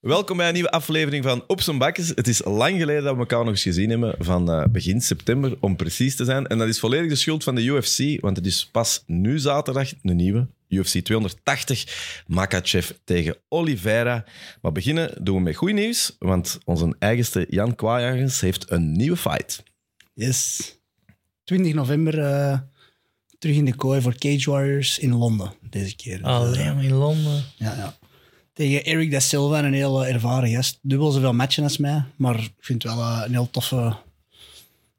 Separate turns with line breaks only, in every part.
Welkom bij een nieuwe aflevering van Op zijn Bakkes. Het is lang geleden dat we elkaar nog eens gezien hebben, van eh, begin september om precies te zijn. En dat is volledig de schuld van de UFC, want het is pas nu zaterdag de nieuwe UFC 280 Makachev tegen Oliveira. Maar beginnen doen we met goed nieuws, want onze eigenste Jan Kwaaijagens heeft een nieuwe fight.
Yes. 20 november eh, terug in de kooi voor Cage Warriors in Londen deze keer. Dus, eh,
Alleen maar in Londen.
ja, ja. Tegen Eric da Silva, een heel eh, ervaren gast. Dubbel zoveel matchen als mij, maar ik vind het wel eh, een heel toffe,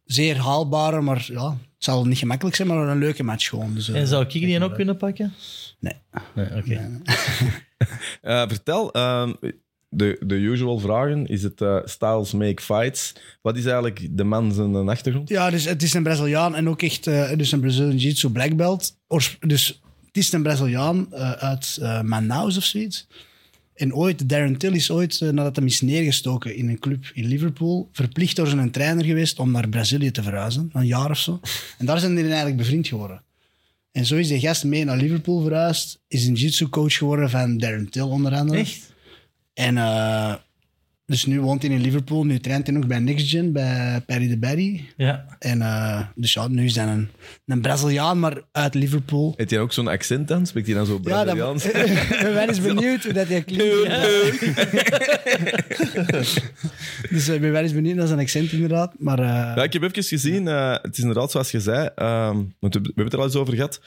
zeer haalbare, maar ja, het zal niet gemakkelijk zijn, maar een leuke match gewoon. Dus, eh,
En zou ik die ook kunnen pakken?
nee.
Nee, oké.
Eh, vertel, ehm, de, de usual vragen, is het eh, styles make fights? Wat is eigenlijk de man zijn achtergrond?
Ja, dus het is een Braziliaan en ook echt eh, dus een Brazilian Jiu-Jitsu black belt. Oors- Dus het is een Braziliaan eh, uit eh, Manaus of zoiets. En ooit, Darren Till is ooit, eh, nadat hij is neergestoken in een club in Liverpool, verplicht door zijn trainer geweest om naar Brazilië te verhuizen, een jaar of zo. En daar zijn die eigenlijk bevriend geworden. En zo is die gast mee naar Liverpool verhuisd, is een jiu-jitsu coach geworden van Darren Till onder andere.
Echt?
En eh, dus nu woont hij in Liverpool, nu traint hij ook bij Next Gen, bij Perry de Berry.
Ja.
En eh, dus ja, nu is hij een, een Braziliaan, maar uit Liverpool.
Heeft hij ook zo'n accent dan? Spreekt hij dan zo
Ja,
Braziliaans?
ik ben eens benieuwd hoe dat hij klinkt. Dus eh, ik ben wel eens benieuwd naar zijn accent, inderdaad. Maar eh,
Ja, ik heb even gezien, eh, het is inderdaad zoals je zei, ehm, want we we hebben het er al eens over gehad.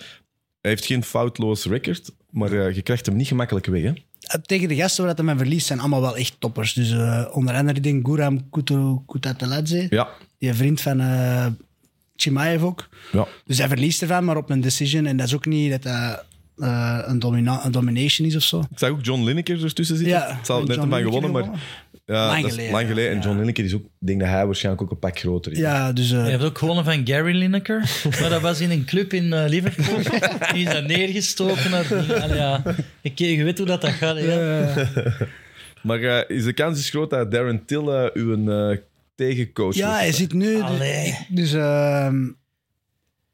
Hij heeft geen foutloos record, maar eh, je krijgt hem niet gemakkelijk weg. Hè?
tegen de gasten waar dat hij mijn verliest, zijn allemaal wel echt toppers. Dus eh, onder andere, ik denk Guram Kutu- Kutateladze,
Ja.
die vriend van eh Chimaev ook.
ja.
Dus hij verliest ervan, maar op een decision. En dat is ook niet dat hij eh, een, domina- een domination is of zo.
Ik zag ook John Lineker ertussen zitten.
Ja,
het zal
en
net
John
ervan
Lineker
gewonnen, maar ja,
Lang
dat is
geleden,
lang geleden. En
ja.
John Lineker is ook, ik denk dat hij waarschijnlijk ook een pak groter is.
Ja, dus... eh,
Je hebt ook gewonnen van Gary Lineker. Maar dat was in een club in eh, Liverpool. Die is daar neergestoken. Naar, Allee, ja. Ik, je weet hoe dat, dat gaat. hè, Ja.
eh,
Maar eh, is de kans is groot dat Darren Till eh, uw eh, tegencoach
Ja,
wordt?
hij zit nu. dus-
Allee.
Dus ehm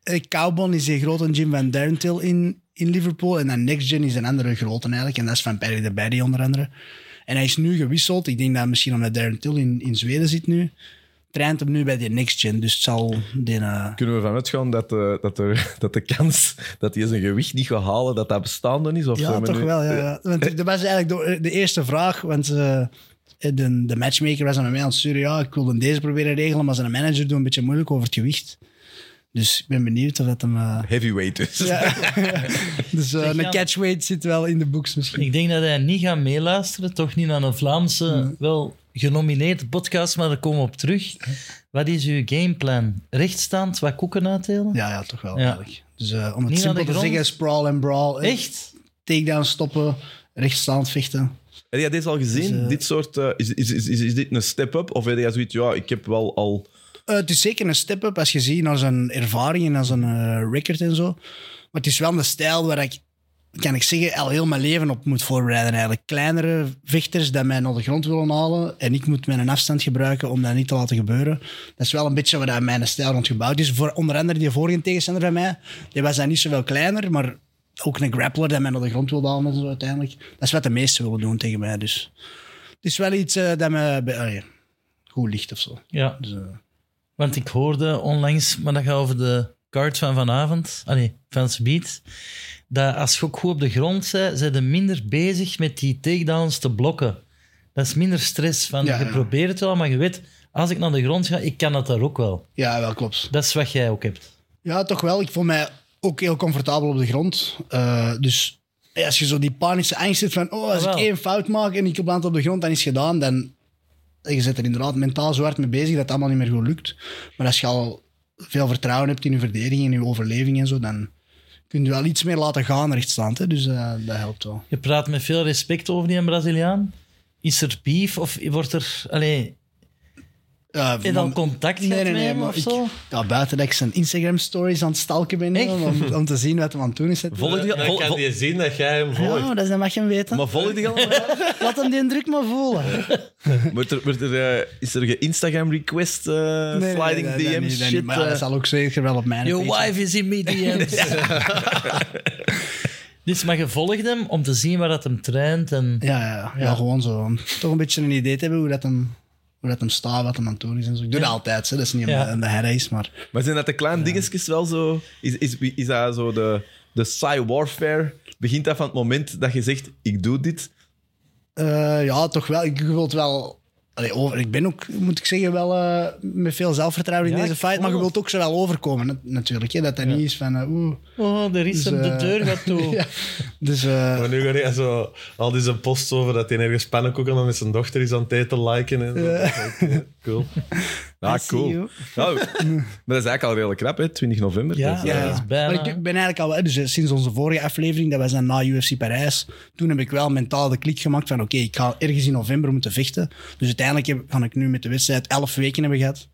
eh, Cowbon is een grote Jim Van Derntil in, in Liverpool. En dan Next Gen is een andere grote eigenlijk. En dat is van Perry de Berry onder andere. En hij is nu gewisseld. Ik denk dat misschien omdat Derntil in, in Zweden zit nu. Traint hem nu bij de Next Gen. Dus het zal. Die, eh,
Kunnen we vanuit gaan dat, eh, dat, er, dat de kans dat hij zijn gewicht niet gaat halen, dat dat bestaande is? Of
ja,
zijn we
toch
nu-
wel. Ja, ja. Eh, Want dat was eigenlijk door- de eerste vraag. Want eh, de, de matchmaker was aan mij aan het sturen. Ja, ik wilde deze proberen regelen. Maar zijn manager doet een beetje moeilijk over het gewicht. Dus ik ben benieuwd of dat hem. eh,
Heavyweight dus.
Ja. dus eh,
Zeg,
een
ja.
catchweight zit wel in de boeks misschien.
Ik denk dat hij niet gaat meeluisteren. Toch niet naar een Vlaamse, wel genomineerd podcast. Maar daar komen we op terug. Wat is uw gameplan? Rechtstaand, wat koeken uitdelen?
Ja, ja, toch wel
Ja.
eigenlijk. Dus eh, om het
Niet aan
simpel
de
te
grond?
zeggen, sprawl en brawl. eh,
Echt?
Takedown stoppen, rechtstaand vechten.
Heb jij deze al gezien?
Dus, eh,
dit soort, eh, is, is, is, is, is dit een step-up? Of heb jij zoiets, ja, ik heb wel al...
Eh, het is zeker een step-up als je ziet naar zijn ervaring en naar zijn eh, record en zo. Maar het is wel een stijl waar ik, kan ik zeggen, al heel mijn leven op moet voorbereiden eigenlijk. Kleinere vechters die mij naar de grond willen halen en ik moet mijn afstand gebruiken om dat niet te laten gebeuren. Dat is wel een beetje waar dat mijn stijl rond gebouwd is. Voor, onder andere die vorige tegenstander van mij, die was dan niet zoveel kleiner, maar ook een grappler die mij naar de grond wilde halen en zo uiteindelijk. Dat is wat de meesten willen doen tegen mij, dus... Het is wel iets eh, dat me be- allee, goed ligt of zo.
Ja.
Dus, eh,
Want ik hoorde onlangs, maar dat gaat over de card van vanavond, ah nee, van Speed, dat als je ook goed op de grond bent, zijn ze minder bezig met die takedowns te blokken. Dat is minder stress. Van,
Ja,
je
ja.
probeert het wel, maar je weet, als ik naar de grond ga, ik kan dat daar ook wel.
Ja, wel klopt.
Dat is wat jij ook hebt.
Ja, toch wel. Ik voel mij ook heel comfortabel op de grond. Eh, dus ja, als je zo die panische angst hebt van oh, als
Ah,
ik
wel.
één fout maak en ik land op de grond, dan is het gedaan. Dan, je zit er inderdaad mentaal zo hard mee bezig dat het allemaal niet meer goed lukt. Maar als je al veel vertrouwen hebt in je verdediging en je overleving en zo, dan kun je wel iets meer laten gaan rechtsstaand. Hè? Dus eh, dat helpt wel.
Je praat met veel respect over die Braziliaan. Is er beef of wordt er... Allee,
Eh,
heb je dan contact gehad met hem
maar
of
ik-
zo?
ja, buiten dat ik zijn Instagram-stories aan het stalken ben, hè,
Echt?
om, om te zien wat hem aan het doen is.
Volg die,
Dan
vol-
kan
vol-
je zien dat jij hem
Ja, dat,
volgt.
is- dat Oh, dus mag je hem weten.
maar volg die allemaal?
Laat hem die druk maar voelen.
Wordt er, wordt er, eh, is er een Instagram-request, eh, sliding
nee, nee, dat
DM's,
niet, dat
shit?
niet. Maar ja,
eh?
dat zal ook zeker wel op mijn
Your
page.
wife is in mediums. Dus, maar je volgt hem om te zien waar dat hem traint. En...
Ja, ja, ja. Ja, gewoon zo. om Toch een beetje een idee te hebben hoe dat hem, hoe dat hem staat, wat hem aan het doen is. En zo. Ik doe dat altijd, hè. dat is niet
Ja.
omdat het de herrie is, maar...
Maar zijn dat de kleine dingetjes wel zo... Is, is, is dat zo de, de saai warfare? Begint dat van het moment dat je zegt, ik doe dit?
eh, ja, toch wel. Ik wil het wel... Allee, over, ik ben ook, moet ik zeggen, wel eh, met veel zelfvertrouwen in
Ja,
deze
ik
fight. Maar je
voel
wilt ook zo wel overkomen, nat- natuurlijk. Hè? Dat dat niet is van... eh, Oeh.
Oh, er is
Dus,
hem, de
eh,
deur gaat toe.
Ja. Dus eh,
Maar nu ga je zo al deze posts over dat hij ergens pannenkoeken met zijn dochter is aan het eten liken. En zo. Oké, eh, Cool.
Ah,
see
cool.
you.
Nou, maar dat is eigenlijk al redelijk knap, hè? 20 november.
Ja.
Dus, eh,
Ja. dat is bijna-
Maar ik ben eigenlijk al... wel- Dus eh, sinds onze vorige aflevering, dat was dan na UFC Parijs, toen heb ik wel mentaal de klik gemaakt van oké, ik ga ergens in november moeten vechten. Dus uiteindelijk heb, kan ik nu met de wedstrijd elf weken hebben gehad.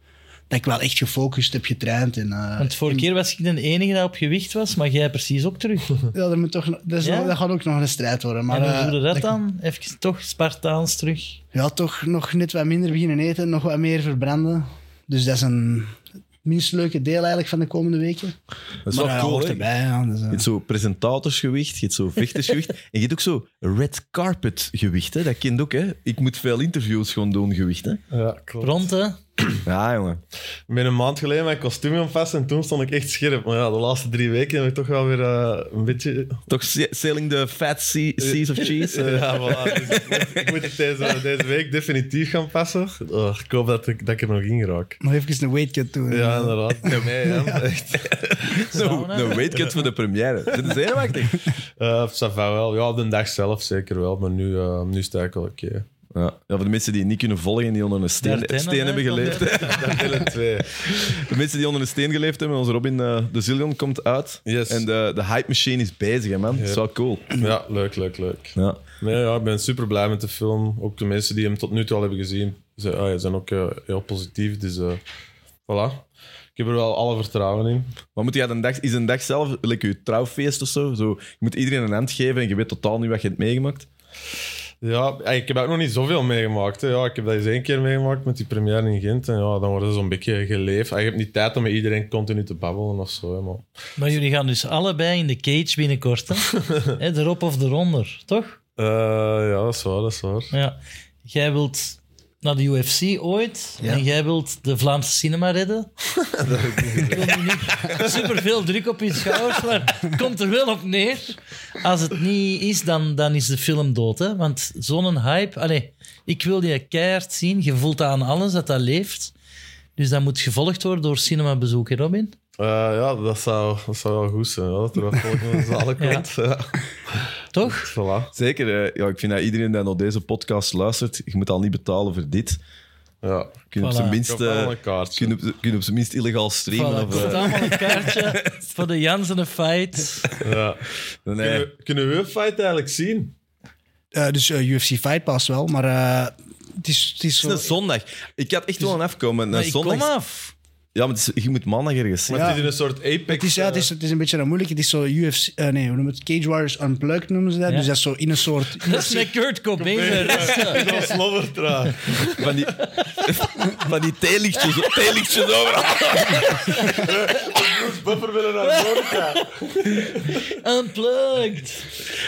Dat ik wel echt gefocust heb getraind. En, eh,
Want vorige keer was ik de enige die op gewicht was, maar jij precies ook terug.
ja, dat, moet toch, nog- dat, is
Ja?
nog- dat gaat ook nog een strijd worden. Maar,
en hoe
eh,
doe je dat
ik-
dan? Even toch Spartaans terug.
Ja, toch nog net wat minder beginnen eten, nog wat meer verbranden. Dus dat is een het minst leuke deel eigenlijk van de komende weken.
Dat is
maar
wel
dat
cool,
hoort
hè?
erbij. Ja, dus, eh.
Je hebt zo presentatorsgewicht, je hebt zo vechtersgewicht. en je hebt ook zo red carpet gewicht, hè? Dat kind ook, hè? Ik moet veel interviews gewoon doen, gewicht, hè?
Ja, klopt.
Pronte.
Ja, jongen.
Ik ben een maand geleden mijn kostuum aan vast en toen stond ik echt scherp. Maar ja, de laatste drie weken heb ik toch wel weer eh, een beetje...
Toch se- selling the fat sea- seas of cheese? eh.
Ja, voilà. Dus ik, moet, ik moet het deze, deze week definitief gaan passen. Oh, ik hoop dat ik, dat ik er nog in raak.
nog even een eh. weight cut doen.
Ja, inderdaad. Voor mij, hè. Echt.
Zo,
Sauna.
een weightcut voor de première. Zijn ze zenuwachtig?
Eh, ça va wel. Ja, op de dag zelf zeker wel. Maar nu, eh, nu sta ik wel oké.
Ja. ja, voor de mensen die het niet kunnen volgen en die onder een steen,
Daar tennen,
steen
hè,
hebben
van de-
geleefd.
Dat willen twee.
De mensen die onder een steen geleefd hebben, onze Robin eh, de Zillion komt uit.
Yes.
En de, de hype machine is bezig, hè, man. Dat is wel cool.
Ja, leuk, leuk, leuk.
Ja.
Nee, ja, ik ben super blij met de film. Ook de mensen die hem tot nu toe al hebben gezien ze, ah ja, zijn ook eh, heel positief. Dus eh, voilà. Ik heb er wel alle vertrouwen in.
Maar moet je een dag, is een dag zelf, like je trouwfeest of zo, zo, je moet iedereen een hand geven en je weet totaal niet wat je hebt meegemaakt.
Ja, ey, ik heb ook nog niet zoveel meegemaakt. Hè. Ja, ik heb dat eens één keer meegemaakt met die première in Gent. En ja, dan worden ze zo'n beetje geleefd. En je hebt niet tijd om met iedereen continu te babbelen of zo. Hè, maar...
Maar jullie gaan dus allebei in de cage binnenkort. Hè? Hè, erop of eronder, toch?
Eh, ja, dat is waar, dat is waar.
Ja. Jij wilt naar de UFC ooit en jij wilt de Vlaamse cinema redden. ik wil nu niet superveel druk op je schouders, maar het komt er wel op neer. Als het niet is, dan, dan is de film dood. Hè? Want zo'n hype... Allee, ik wil je keihard zien. Je voelt aan alles dat dat leeft. Dus dat moet gevolgd worden door cinemabezoek, hè, Robin?
Eh, ja, dat zou, dat zou wel goed zijn. Ja, dat er wat volk naar de zalen
Ja.
komt. Ja.
Toch?
Voilà.
Zeker, eh, ja, ik vind dat iedereen die naar deze podcast luistert, je moet al niet betalen voor dit.
Ja.
Kun je
Voilà.
op zijn
Ik
minst,
heb wel
eh,
een kaartje.
kun je op, kun je op zijn minst illegaal streamen.
Voilà,
of,
kost
eh,
allemaal een kaartje voor de Jansen fight.
Ja.
nee.
Kunnen, we, kunnen we een fight eigenlijk zien?
Eh, dus eh, UFC Fight Pass wel, maar eh, het is, het is
Het
zo...
is een zondag. Ik had echt wel een afkomen. Een
Maar ik kom
zondag...
af.
Ja, maar het is- je moet maandag ergens zijn.
Maar
Ja.
het is in een soort apex.
Het is, ja, het, is, het is een beetje moeilijk. Het is zo UFC... eh, nee, hoe noem het? Cage Warriors Unplugged noemen ze dat.
Ja.
Dus dat is zo in een soort...
Dat is met Kurt Cobain. de rest.
Zo'n slobbertra.
Van die, van die theelichtjes, theelichtjes overal.
Buffer willen naar
nou
Amerika.
Unplugged.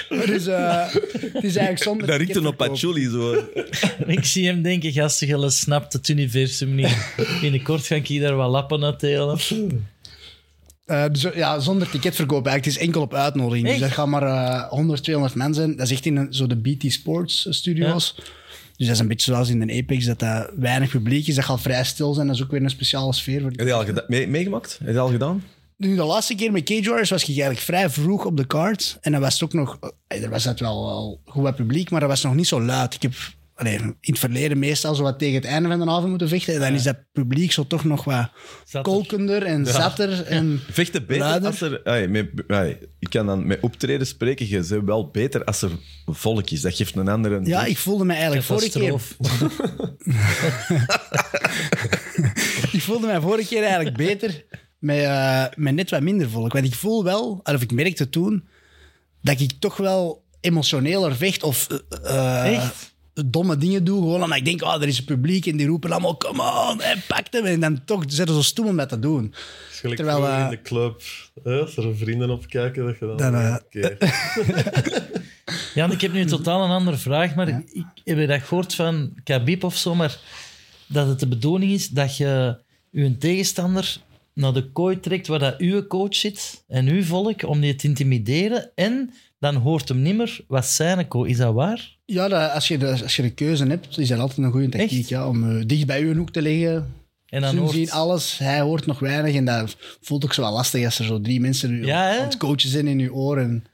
dus, eh, het is eigenlijk zonder...
Dat riekt een op
ticketverkoop.
patchouli. Zo.
Ik zie hem denken, gasten, jullie snapt het universum niet. Binnenkort ga ik hier daar wat lappen uitdelen.
Eh, dus, ja, zonder ticketverkoop eigenlijk. Het is enkel op uitnodiging.
Echt?
Dus dat gaan maar eh, 100, 200 mensen zijn. Dat is echt in een- zo de BT Sports studio's. Dus dat is een beetje zoals in de Apex, dat dat weinig publiek is. Dat gaat vrij stil zijn. Dat is ook weer een speciale sfeer. Voor...
Heb je al geda- mee- meegemaakt? Heb je al gedaan?
Nu, de laatste keer met Cage Warriors was ik eigenlijk vrij vroeg op de kaart. En dan was het ook nog... eh, Er was dat wel, wel goed wat publiek, maar dat was nog niet zo luid. Ik heb allee, in het verleden meestal zo wat tegen het einde van de avond moeten vechten. En dan is dat publiek zo toch nog wat
Zatter.
kolkender en zatter. En...
Vechten beter
Luider?
als er... Ai, met- ai, ik kan dan met optreden spreken. Je bent wel beter als er volk is. Dat geeft een andere...
Ja, ik voelde me eigenlijk vorige keer...
Catastrofe.
ik voelde mij vorige keer eigenlijk beter met, eh, met net wat minder volk. Want ik voel wel, of ik merkte toen, dat ik toch wel emotioneler vecht. Of, eh, eh,
Echt?
domme dingen doe, gewoon omdat ik denk, ah, er is een publiek en die roepen allemaal, come on, en pak hem. En dan toch zijn ze zo stoem om dat te doen.
Het is gelijk
Terwijl,
vroeger
eh,
in de club, hè, als er vrienden op kijken, dat je dan...
Dan, eh,
Oké.
Jan, ik heb nu totaal een andere vraag, maar ik, ik heb je dat gehoord van Khabib of zo, maar dat het de bedoeling is dat je je tegenstander naar de kooi trekt waar dat uw coach zit en uw volk, om die te intimideren en dan hoort hem niet meer wat zijn kooi. Is dat waar?
Ja, dat- als, je de, als je de keuze hebt, is dat altijd een goede techniek,
Echt?
ja, om eh, dicht bij uw hoek te liggen.
En
Ze
dan hoort...
zien alles, hij hoort nog weinig en dat voelt ook zo wel lastig als er zo drie mensen u
Ja, hè?
aan het coachen zijn in je oren.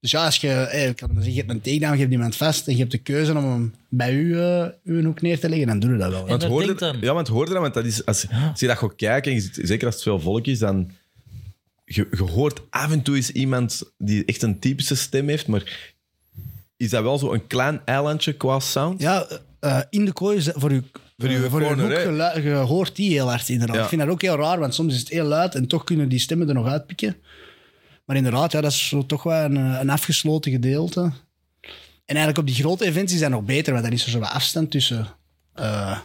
Dus ja, als je, eh, ik kan maar zeggen, je hebt een takedown, je hebt iemand vast en je hebt de keuze om hem bij u, eh, uw hoek neer te leggen, dan doe je dat wel. hè.
En
Want
dat
hoorde,
denkt dan.
Ja, want hoorde dat, want dat is, als, als je dat gaat kijken, en je ziet- zeker als het veel volk is, dan... Je, je hoort af en toe eens iemand die echt een typische stem heeft, maar is dat wel zo'n klein eilandje qua sound?
Ja, eh, in de kooi is dat voor uw
Voor uw corner, hè?
gelu- je hoort die heel hard inderdaad.
Ja.
Ik vind dat ook heel raar, want soms is het heel luid en toch kunnen die stemmen er nog uitpikken. Maar inderdaad, ja, dat is zo toch wel een, eh, een afgesloten gedeelte. En eigenlijk op die grote events is dat nog beter, want dan is er zo wat afstand tussen eh,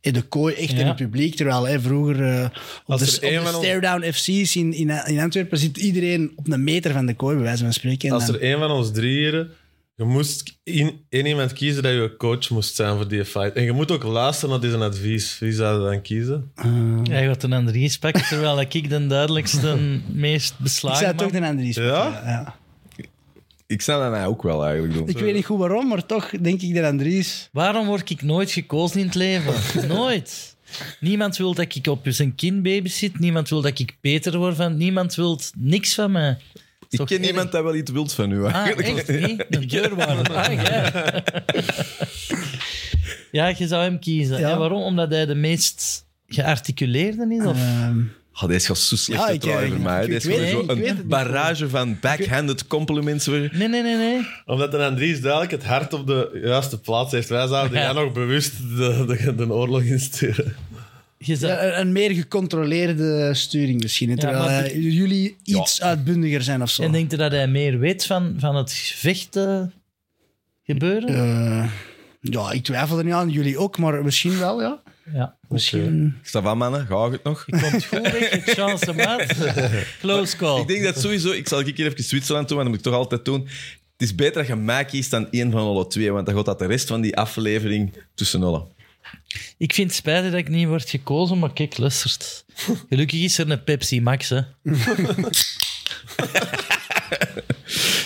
in de kooi echt en
Ja.
het publiek. Terwijl hè, vroeger eh, op
Als
de,
er
op
één
de
van ons-
stare-down FC's in, in, in Antwerpen zit iedereen op een meter van de kooi, bij wijze van spreken. En
Als
dan-
er één van ons drieën... Je moest in, één iemand kiezen dat je coach moest zijn voor die fight. En je moet ook luisteren naar deze advies. Wie zou je dan kiezen?
Hij gaat een andere is pakken, terwijl ik de duidelijkste, meest
ik
beslagen
zou toch
man-
de andere iets
Ja?
pakken, ja.
Ik snap dat mij ook wel eigenlijk doen.
Ik weet niet goed waarom, maar toch denk ik dat Andries.
Waarom word ik nooit gekozen in het leven? nooit. Niemand wil dat ik op zijn kind babysit. Niemand wil dat ik beter word van. Niemand wil niks van mij.
Ik
Toch
ken
erg.
iemand dat wel iets wilt van u.
Ah,
Eigenlijk.
echt? Nee? Een deurwaarder. Ah, ja. ja, je zou hem kiezen.
Ja.
En waarom? Omdat hij de meest gearticuleerde is? Of?
ehm,
Oh, deze gaat zo slecht
Ja,
te
ik-
trouwen
ik-
voor mij.
ik-
Deze
ik
is
weet-
gewoon
ik
zo
weet het
een
niet.
barrage van backhanded compliments weer.
Nee, nee, nee, nee.
Omdat een Andries duidelijk het hart op de juiste plaats heeft. Wij zouden
Ja.
jij nog bewust de, de, de oorlog insturen.
Je zou-
ja, een, een meer gecontroleerde sturing misschien. hè, Terwijl
maar-
eh, jullie iets uitbundiger zijn of zo.
En denkt je dat hij meer weet van, van het vechten gebeuren?
Eh, ja, ik twijfel er niet aan. Jullie ook, maar misschien wel, ja.
Ja.
Misschien.
Ik sta van, mannen. Ga het nog?
Je komt goed weg, je chance maat. Close
Oh.
call.
Ik denk dat sowieso... Ik zal een keer even Zwitserland doen, maar dat moet ik toch altijd doen. Het is beter dat je mij kiest dan één van alle twee, want dan gaat dat de rest van die aflevering tussen alle.
Ik vind het spijtig dat ik niet word gekozen, maar kijk, luistert. Gelukkig is er een Pepsi Max, hè.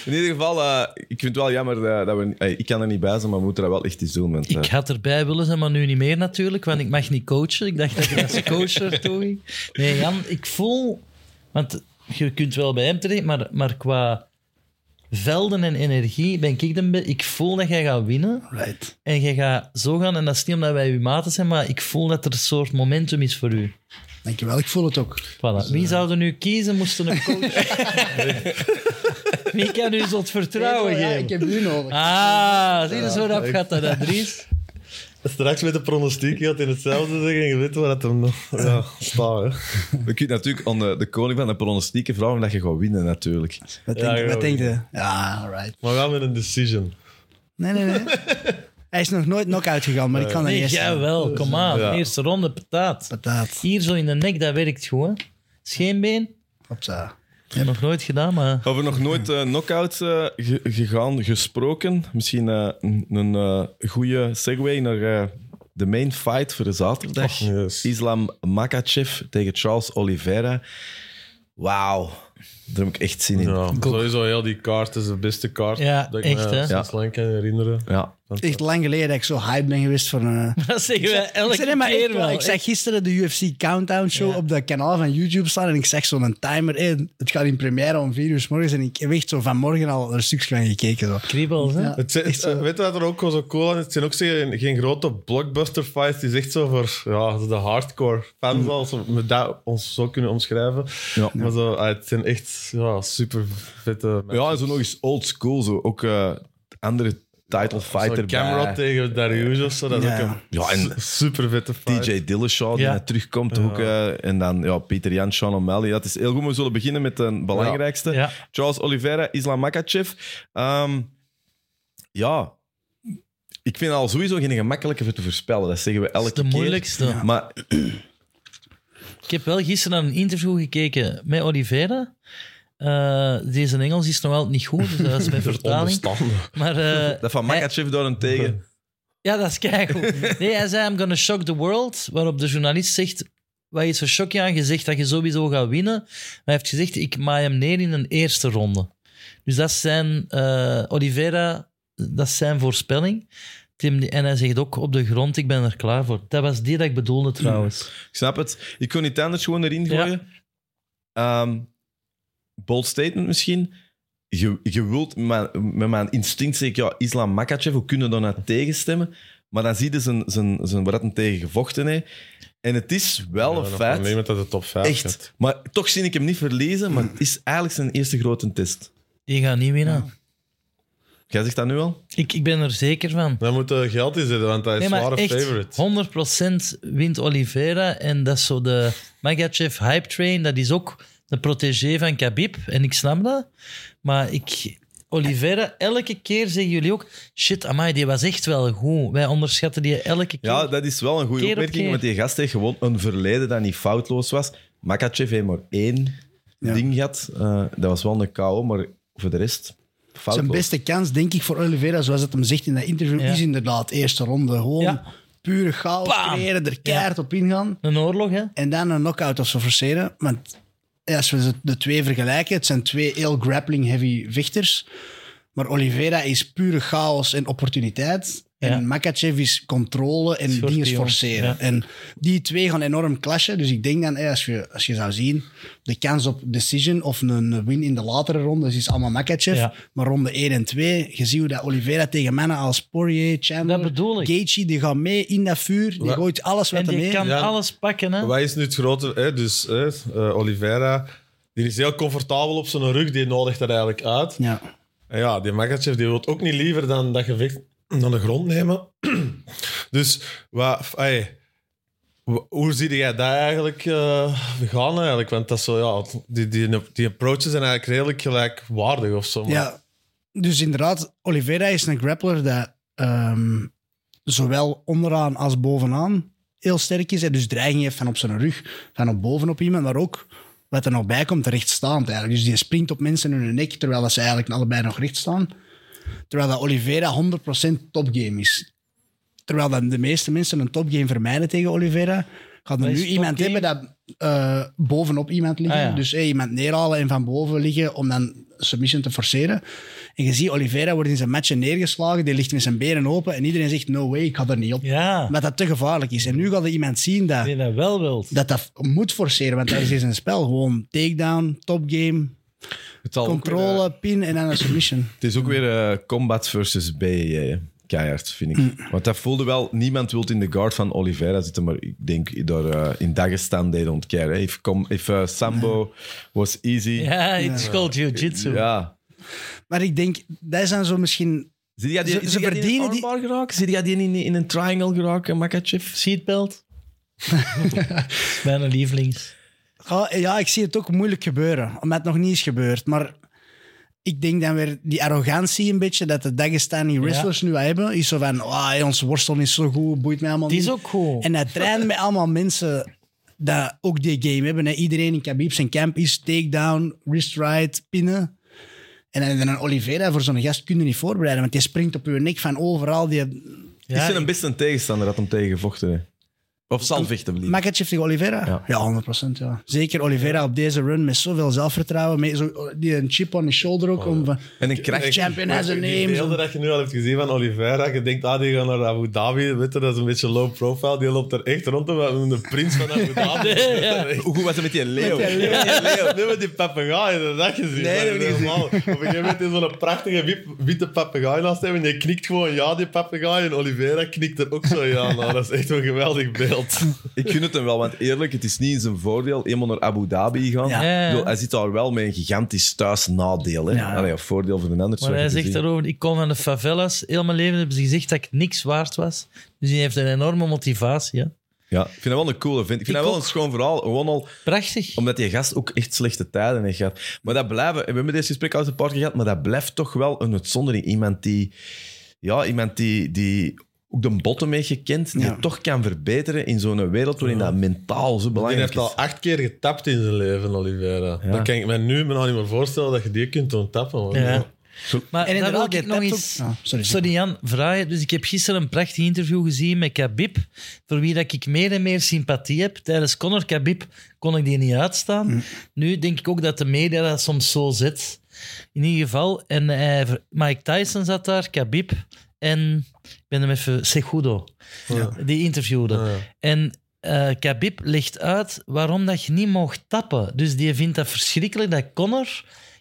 In ieder geval, eh, ik vind het wel jammer eh, dat we... eh, ik kan er niet bij zijn, maar we moeten dat wel echt eens doen. Want, eh,
Ik had erbij willen zijn, maar nu niet meer natuurlijk, want ik mag niet coachen. Ik dacht dat ik als coach ertoe ging. Nee, Jan, ik voel... Want je kunt wel bij hem terecht, maar, maar qua velden en energie ben ik de... be- Ik voel dat jij gaat winnen.
Right.
En jij gaat zo gaan, en dat is niet omdat wij uw maten zijn, maar ik voel dat er een soort momentum is voor u.
Dankjewel, ik voel het ook.
Voilà.
eh,
Wie zouden nu kiezen, moesten een coach? Wie kan u zot vertrouwen
Nee, ja,
geven?
ik heb u nodig.
Ah, zie je, zo rap
ik-
gaat dat, Andries.
Straks met de pronostiek gaat in hetzelfde zeggen. Je weet waar het hem nog ja, staat. Hè.
We kunnen natuurlijk aan de, de koning van de pronostieken vragen dat je gaat winnen, natuurlijk.
Wat
Ja,
denk je?
ja,
Wat
ja.
denk je? Ja, alright.
Maar wel met een decision.
Nee, nee, nee. Hij is nog nooit knock-out gegaan, maar ik kan dat
Nee,
eerst.
jawel, kom aan.
Ja.
Eerste ronde, patat.
Pataat.
Hier zo in de nek, dat werkt goed, hè. Scheenbeen,
Hopsa.
nog nooit gedaan, maar...
Hebben we nog nooit eh knock-out eh, ge- gegaan, gesproken? Misschien eh, een- een eh, goede segue naar eh, de main fight voor de zaterdag.
yes.
Islam Makachev tegen Charles Oliveira. Wauw, daar heb ik echt zin in. Ja.
Ja, sowieso heel die kaart is de beste kaart.
Ja,
dat
echt,
me
hè?
sinds lang kan herinneren.
Echt lang geleden dat ik zo hype ben geweest voor een...
Dat zeggen wij
Ik,
elke
zei, nee, maar
keer
echt wel.
wel.
ik zag gisteren de UFC Countdown Show op dat kanaal van YouTube staan en ik zag zo'n timer. Hey, het gaat in première om vier uur 's morgens en ik heb echt zo vanmorgen al er een stukje van gekeken. Zo.
Kriebels, hè.
Ja.
Het zijn, eh, weet je wat er ook wel zo cool aan is? Het zijn ook geen, geen grote blockbuster fights. Die is echt zo voor ja, de hardcore
Mm.
fans, als we dat ons zo kunnen omschrijven.
Ja.
Maar zo, eh, het zijn echt ja, super vette...
en zo nog eens old school. Zo. Ook eh, andere title fighter
Camera
bij
tegen Darius of zo, dat is
Ja.
ook een
Ja, en-
su- super vette fight.
TJ Dillashaw, die
Ja.
net terugkomt. Ook, eh, en dan ja, Peter Jan, Sean O'Malley. Dat is heel goed. We zullen beginnen met de belangrijkste.
Ja.
Charles Oliveira, Islam Makachev. Ehm, ja, ik vind al sowieso geen gemakkelijke voor te voorspellen. Dat zeggen we elke
de
keer.
moeilijkste. Ja.
Maar
Ik heb wel gisteren naar een interview gekeken met Oliveira. Eh, deze Engels is nog wel niet goed, dus dat is mijn vertaling.
Onbestandig.
Maar eh,
dat van
hij-
Makachev daarentegen...
Ja, dat is keigoed. Nee, hij zei, I'm gonna shock the world. Waarop de journalist zegt, wat is er shock aan? Je zegt dat je sowieso gaat winnen. Maar hij heeft gezegd, ik maai hem neer in een eerste ronde. Dus dat is zijn, eh, Oliveira, dat is zijn voorspelling. Tim, en hij zegt ook op de grond, ik ben er klaar voor. Dat was die dat ik bedoelde trouwens.
Ik snap het. Ik kon niet anders gewoon erin gooien. Ehm, bold statement misschien. Je, je wilt maar- met mijn instinct zeggen, ja, Islam Makachev, hoe kunnen we daar nou tegenstemmen? Maar dan zie je zijn, zijn, zijn, waar hij tegen gevochten heeft. En het is wel
Ja,
een
nog
feit.
Alleen met dat de top 5
Echt. Maar toch zie ik hem niet verliezen, maar het is eigenlijk zijn eerste grote test.
Die gaat niet winnen.
Jij zegt dat nu al?
Ik, ik ben er zeker van.
Daar moet eh, geld in zitten, want hij is
Nee,
een
maar
zware
echt,
favorite.
100% wint Oliveira. En dat is zo de Magachev hype train. Dat is ook de protégé van Khabib. En ik snap dat. Maar ik... Oliveira, elke keer zeggen jullie ook... Shit, amai, die was echt wel goed. Wij onderschatten die elke keer.
Ja, dat is wel een goede
Keer op
opmerking,
keer.
want die gast heeft gewoon een verleden dat niet foutloos was. Makachev heeft maar één
Ja.
ding gehad. Eh, dat was wel een KO, maar voor de rest
Zijn
foutloos.
beste kans, denk ik, voor Oliveira, zoals dat hem zegt in dat interview,
Ja.
is inderdaad eerste ronde. Gewoon
Ja.
pure chaos
Bam!
creëren, er keihard op ingaan.
Een oorlog, hè?
En dan een knockout of zo forceren. Want ja, als we ze- de twee vergelijken, het zijn twee heel grappling-heavy vechters. Maar Oliveira is pure chaos en opportuniteit.
Ja.
En Makachev is controle en
Schorpioen,
dingen forceren.
ja.
En die twee gaan enorm clashen. Dus ik denk dan, hé, als, je, als je zou zien, de kans op decision of een win in de latere rondes is allemaal Makachev.
Ja.
Maar ronde 1 en 2, je ziet hoe dat Oliveira tegen mannen als Poirier, Chandler,
Dat bedoel ik.
Gaethje, die gaan mee in dat vuur. Die
Wa-
gooit alles
En
wat er
die
mee.
kan
Ja.
alles pakken, hè?
Wat is nu het grote? Hè? Dus hè, eh, Oliveira, die is heel comfortabel op zijn rug, die nodigt dat eigenlijk uit.
Ja.
En ja, die Makachev die wil ook niet liever dan dat gevecht naar de grond nemen. dus wat, ey, w- hoe zie jij dat eigenlijk eh, gaan eigenlijk? Want dat is zo, ja, die, die, die approaches zijn eigenlijk redelijk gelijkwaardig of zo. maar-
Ja, dus inderdaad, Oliveira is een grappler dat ehm, zowel onderaan als bovenaan heel sterk is. En dus dreiging heeft van op zijn rug, van op boven op iemand, maar ook wat er nog bij komt, rechtstaand eigenlijk. Dus die springt op mensen in hun nek, terwijl dat ze eigenlijk allebei nog recht staan. Terwijl dat Oliveira 100% topgame is. Terwijl dan de meeste mensen een topgame vermijden tegen Oliveira, gaat er
Wat is
nu iemand
topgame?
hebben dat eh, bovenop iemand ligt.
Ah, ja.
Dus hey, iemand neerhalen en van boven liggen om dan submission te forceren. En je ziet, Oliveira wordt in zijn matchen neergeslagen. Die ligt met zijn benen open. En iedereen zegt, no way, ik ga er niet op.
Ja,
Omdat dat te gevaarlijk is. En nu gaat er iemand zien dat,
die dat wel wilt.
dat dat moet forceren. Want dat is een spel. Gewoon takedown, topgame,
Het, zal ook weer, eh,
controle, pin en dan een submission.
het is ook weer eh, combat versus BJJ. hè. Keihard, vind ik.
Hm.
Want dat voelde wel... Niemand wil in de guard van Oliveira zitten, maar ik denk daar eh, in Dagestan they don't care. Hè. If, com- if eh, Sambo was easy...
Ja, it's called jiu-jitsu.
Ja.
Maar ik denk, dat zijn zo misschien...
Zie jij
Ze-
die,
ze
zie jij die in
verdienen
een
die-
armbar geraken? Zie jij die in, in een triangle geraken, Makachev?
Seatbelt. Mijn lievelings.
Ja, ja, ik zie het ook moeilijk gebeuren, omdat het nog niet is gebeurd. Maar ik denk dan weer die arrogantie een beetje dat de Dagestani wrestlers nu hebben. Is zo van, ah, hey, ons worstel is zo goed, boeit mij allemaal
Die is
niet.
ook goed.
En hij traint met allemaal mensen die ook die game hebben. Hè. Iedereen in Khabib zijn camp is takedown, wrist right, pinnen. En dan- dan een Oliveira voor zo'n gast kun je niet voorbereiden, want die springt op je nek van overal. Die...
is
Ja,
er een best een tegenstander dat hem tegengevochten heeft? Of zal vechten, liever.
Makachev tegen Oliveira?
Ja.
Ja, 100%. Ja. Zeker Oliveira op deze run met zoveel zelfvertrouwen. Met zo, die een chip on his shoulder ook. Om van,
En een kracht...
Echt,
champion
maar
has a
Die
name,
beelden
zo.
dat je nu al hebt gezien van Oliveira, je denkt, ah, die gaan naar Abu Dhabi, weet je, dat is een beetje low profile. Die loopt er echt rond, maar de prins van Abu Dhabi.
Hoe goed was het met die leeuw?
Met die leeuw.
Nee, met die papegaai, dat heb je gezien.
Nee, dat heb ik niet gezien.
normaal. Op een gegeven moment is zo'n prachtige wip- witte papegaai naast hem en je knikt gewoon ja, die papegaai. En Oliveira knikt er ook zo ja naar. Dat is echt een geweldig beeld.
Ik gun het hem wel, want eerlijk, het is niet in zijn voordeel eenmaal naar Abu Dhabi gaan.
Ja.
Ja, ja.
Ik bedoel, hij zit daar wel met een gigantisch thuis nadeel. Hè?
Ja.
Allee, of voordeel voor een ander.
Maar
zo
hij
gezien.
zegt daarover, ik kom van de favelas. Heel mijn leven hebben ze gezegd dat ik niks waard was. Dus hij heeft een enorme motivatie. Hè.
Ja, ik vind dat wel een coole vent. Ik vind
Ik
dat wel
ook.
een schoon verhaal. Gewoon al
Prachtig.
omdat die gast ook echt slechte tijden heeft gehad. Maar dat blijven... We hebben dit gesprek al een paar keer gehad, maar dat blijft toch wel een uitzondering. Iemand die... ja, iemand die, die ook de botten mee gekend, die
Ja.
het toch kan verbeteren in zo'n wereld waarin dat mentaal zo
Die
belangrijk
heeft al
is.
acht keer getapt in zijn leven, Oliveira.
Ja.
Dat kan ik me nu me nog niet meer voorstellen dat je die kunt doen tappen. hoor.
Ja. Maar
En
daar
inderdaad,
wil
je
ik nog
tapt
iets...
ook- Ah, sorry.
Sorry Jan, vragen. Dus ik heb gisteren een prachtig interview gezien met Khabib, voor wie dat ik meer en meer sympathie heb. Tijdens Conor Khabib kon ik die niet uitstaan.
Hm.
Nu denk ik ook dat de media dat soms zo zet. In ieder geval, en hij ver- Mike Tyson zat daar, Khabib en ik ben hem even Segudo, die interviewde.
Ja.
En eh Khabib legt uit waarom dat je niet mocht tappen. Dus die vindt dat verschrikkelijk dat Connor...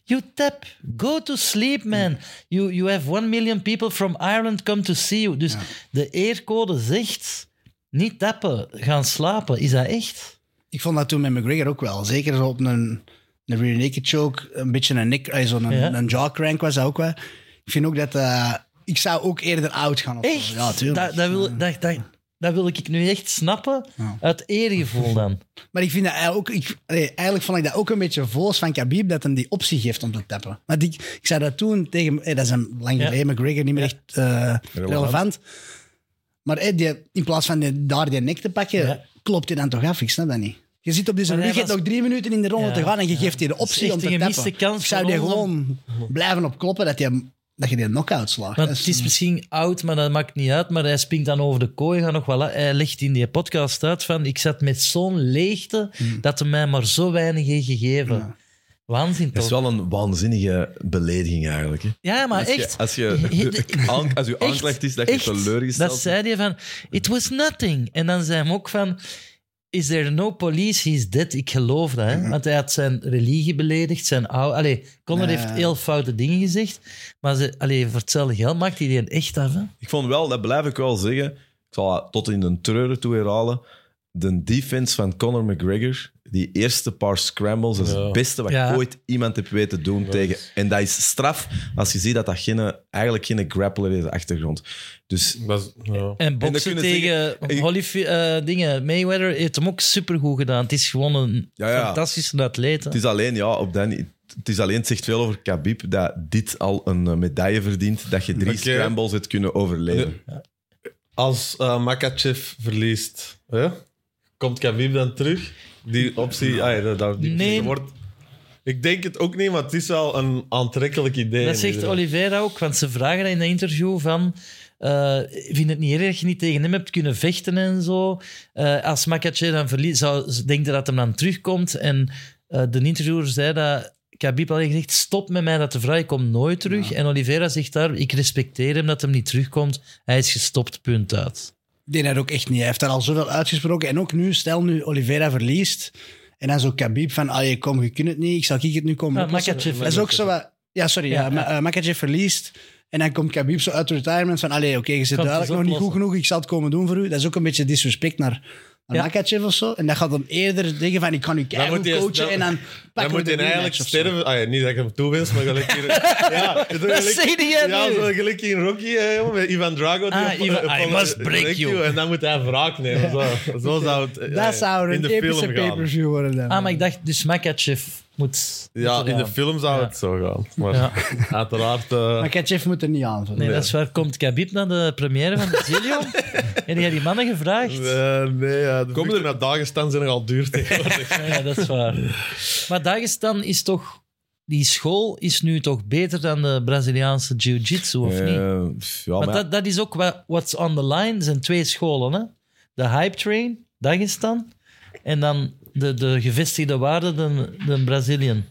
You tap. Go to sleep, man. You, you have one million people from Ireland come to see you. Dus de eercode zegt... Niet tappen, gaan slapen. Is dat echt?
Ik vond dat toen met McGregor ook wel. Zeker zo op een, een rear naked choke, een beetje een, nek, eh, zo'n,
Ja.
een jaw crank was dat ook wel. Ik vind ook dat... eh, ik zou ook eerder out gaan. of zo.
Echt?
Ja, tuurlijk.
Dat, dat, wil, dat, dat, dat wil ik nu echt snappen.
Ja.
Uit eergevoel dan.
Maar ik vind dat eigenlijk ook... Ik, allee, eigenlijk vond ik dat ook een beetje vols van Khabib, dat hem die optie geeft om te tappen. Maar die, ik zei dat toen tegen... eh, dat is een lang
Ja.
geleden, McGregor, niet meer echt eh, relevant. Maar eh, die, in plaats van die- daar die nek te pakken,
Ja.
klopt hij dan toch af? Ik snap dat niet. Je zit op deze
Maar hij
weekend
was-
nog drie minuten in de ronde
Ja,
te gaan en je
ja.
geeft hij de
Dat is
optie
echt
om te
een gemiste
tappen.
kans
ik zou
voor
die
ons
gewoon blijven op kloppen dat je, dat je die knock-out slaagt.
Want
Dat
het is misschien oud, maar dat maakt niet uit. Maar hij springt dan over de kooi. Gaat nog wel, hij legt in die podcast uit van... Ik zat met zo'n leegte
Mm.
dat hij mij maar zo weinig heeft gegeven. Waanzin
Dat is
toch?
wel een waanzinnige belediging eigenlijk. Hè?
Ja, maar
Als je-
echt.
als je-
Echt,
Aan- als je aanklacht is dat je
echt.
teleurgesteld
Dat zei hij van, it was nothing. En dan zei hij ook van, is there no police, he's dead. Ik geloof dat, hè. Want hij had zijn religie beledigd, zijn oude... Allee, Conor
Nee.
heeft heel foute dingen gezegd. Maar ze, allee, voor hetzelfde geld maakt hij die een echt af, hè.
Ik vond wel, dat blijf ik wel zeggen, ik zal dat tot in de treuren toe herhalen, de defense van Conor McGregor, die eerste paar scrambles, dat is
Ja.
het beste wat
Ja.
ik ooit iemand heb weten doen tegen. En dat is straf als je ziet dat dat geen, eigenlijk geen grappler is, de achtergrond. Dus
Dat is- ja.
En boksen
kunnen
tegen
ik-
Holyf- eh, dingen. Mayweather heeft hem ook supergoed gedaan. Het is gewoon een
Ja, ja.
fantastische atleet. hè.
het is alleen, ja, op dat niet- Het is alleen, het zegt veel over Khabib, dat dit al een eh, medaille verdient, dat je drie
Oké.
scrambles hebt kunnen overleven.
Als eh Makachev verliest, hè? komt Khabib dan terug? Die optie, ah, ja, dat, dat- die optie
Nee.
wordt... Ik denk het ook niet, maar het is wel een aantrekkelijk idee.
Dat zegt Oliveira ook, want ze vragen dat in dat interview van... eh vind het niet erg dat je niet tegen hem hebt kunnen vechten en zo. Eh, als Makache dan verliest, zou, ze denkt dat hem dan terugkomt. En eh, de interviewer zei dat... Khabib had gezegd, stop met mij dat te vragen, ik kom nooit terug. En Oliveira zegt daar, ik respecteer hem dat hem niet terugkomt. Hij is gestopt, punt uit.
Ik denk dat ook echt niet. Hij heeft daar al zoveel uitgesproken. En ook nu, stel nu Oliveira verliest. En dan zo Khabib van, ah, je kom, je kunt het niet. Ik zal ik het nu komen
Ja,
oplossen.
Makachev
Dat is ook zo wat... Ja, sorry. Ja,
Ja,
Ma- eh, Makachev verliest. En dan komt Khabib zo uit de retirement van, allee, oké, je zit
het
duidelijk
eens
nog niet goed
oplossen.
genoeg. Ik zal het komen doen voor u. Dat is ook een beetje disrespect naar, naar
Ja.
Makachev of zo. En dat gaat hem eerder denken van, ik kan u
Dan moet
keihard
hij-
coachen.
dan-
en dan
Dan
pakken we
moet
de
hij
rematch
eigenlijk
of zo.
sterven. Ah, ja, niet dat ik hem toewens, maar gelijk hier... ja, zo gelijk-
zeg jij
Ja,
nu?
zo gelijk in Rocky, hè, jongen, met Ivan Drago. die
Ah,
op-
Ivan-
op-
I
op-
must break you.
En dan moet hij wraak nemen. Zo, zo zou het eh, ja,
Dat zou
in
een
de
epische
film gaan.
pay-per-view worden dan.
Ah, maar ik dacht, dus Makachev moet...
Ja,
moet
in de
eraan.
film zou
Ja.
het zo gaan. Maar
Ja.
uiteraard... eh,
Makachev moet er niet aan.
Nee,
Nee.
dat is waar. Komt Khabib naar de première van de Zillion? en die had die mannen gevraagd.
eh, nee, ja, de Komen er naar Dagestan zijn nogal duur tegenwoordig.
Ja, dat is waar. Maar Dagestan is toch... Die school is nu toch beter dan de Braziliaanse jiu-jitsu, of niet?
Eh, pff, ja,
Maar
maar-
dat, dat is ook wat what's on the line. Er zijn twee scholen, hè. De Hype Train, Dagestan. En dan de, de gevestigde waarde, de, de Brazilian.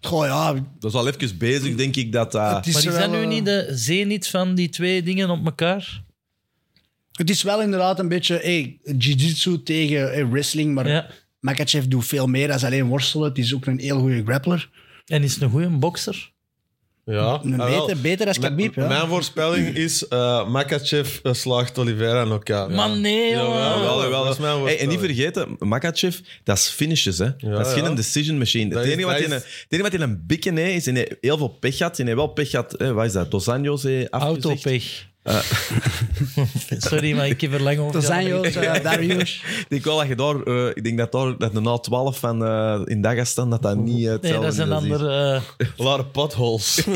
Goh, ja.
dat is al even bezig, denk ik, dat... dat-
het is
Maar is
wel,
dat nu
eh,
niet de zenit van die twee dingen op elkaar?
Het is wel inderdaad een beetje hey, jiu-jitsu tegen hey, wrestling, maar
Ja.
Makachev doet veel meer dan alleen worstelen. Het is ook een heel goede grappler.
En is het een goede bokser?
Ja,
Een
ah, wel.
beter, beter dan Khabib.
M-
ja.
Mijn voorspelling is eh Makachev eh, slaagt Oliveira aan elkaar.
Man, nee, jongen.
Jawel, jawel.
Dat is mijn
Hey, en
voorspelling.
niet vergeten, Makachev, dat is finishes. Hè? dat is
ja.
geen decision machine.
Dat
het,
is-
enige wat
dat
hij,
is-
het enige wat hij een bikken heeft, is en hij heel veel pech had. En hij wel pech had, hè, wat is dat, Dos Anjos heeft afgezegd.
Autopech. Sorry, maar ik heb er lang over.
Dat zijn
gedaan.
Joost, eh, Darius.
Ik denk wel dat je daar, eh, ik denk dat daar, dat de na 12 van eh, in Dagestan, dat dat niet eh, hetzelfde
Nee, dat is een
hier.
ander. eh,
A lot of potholes.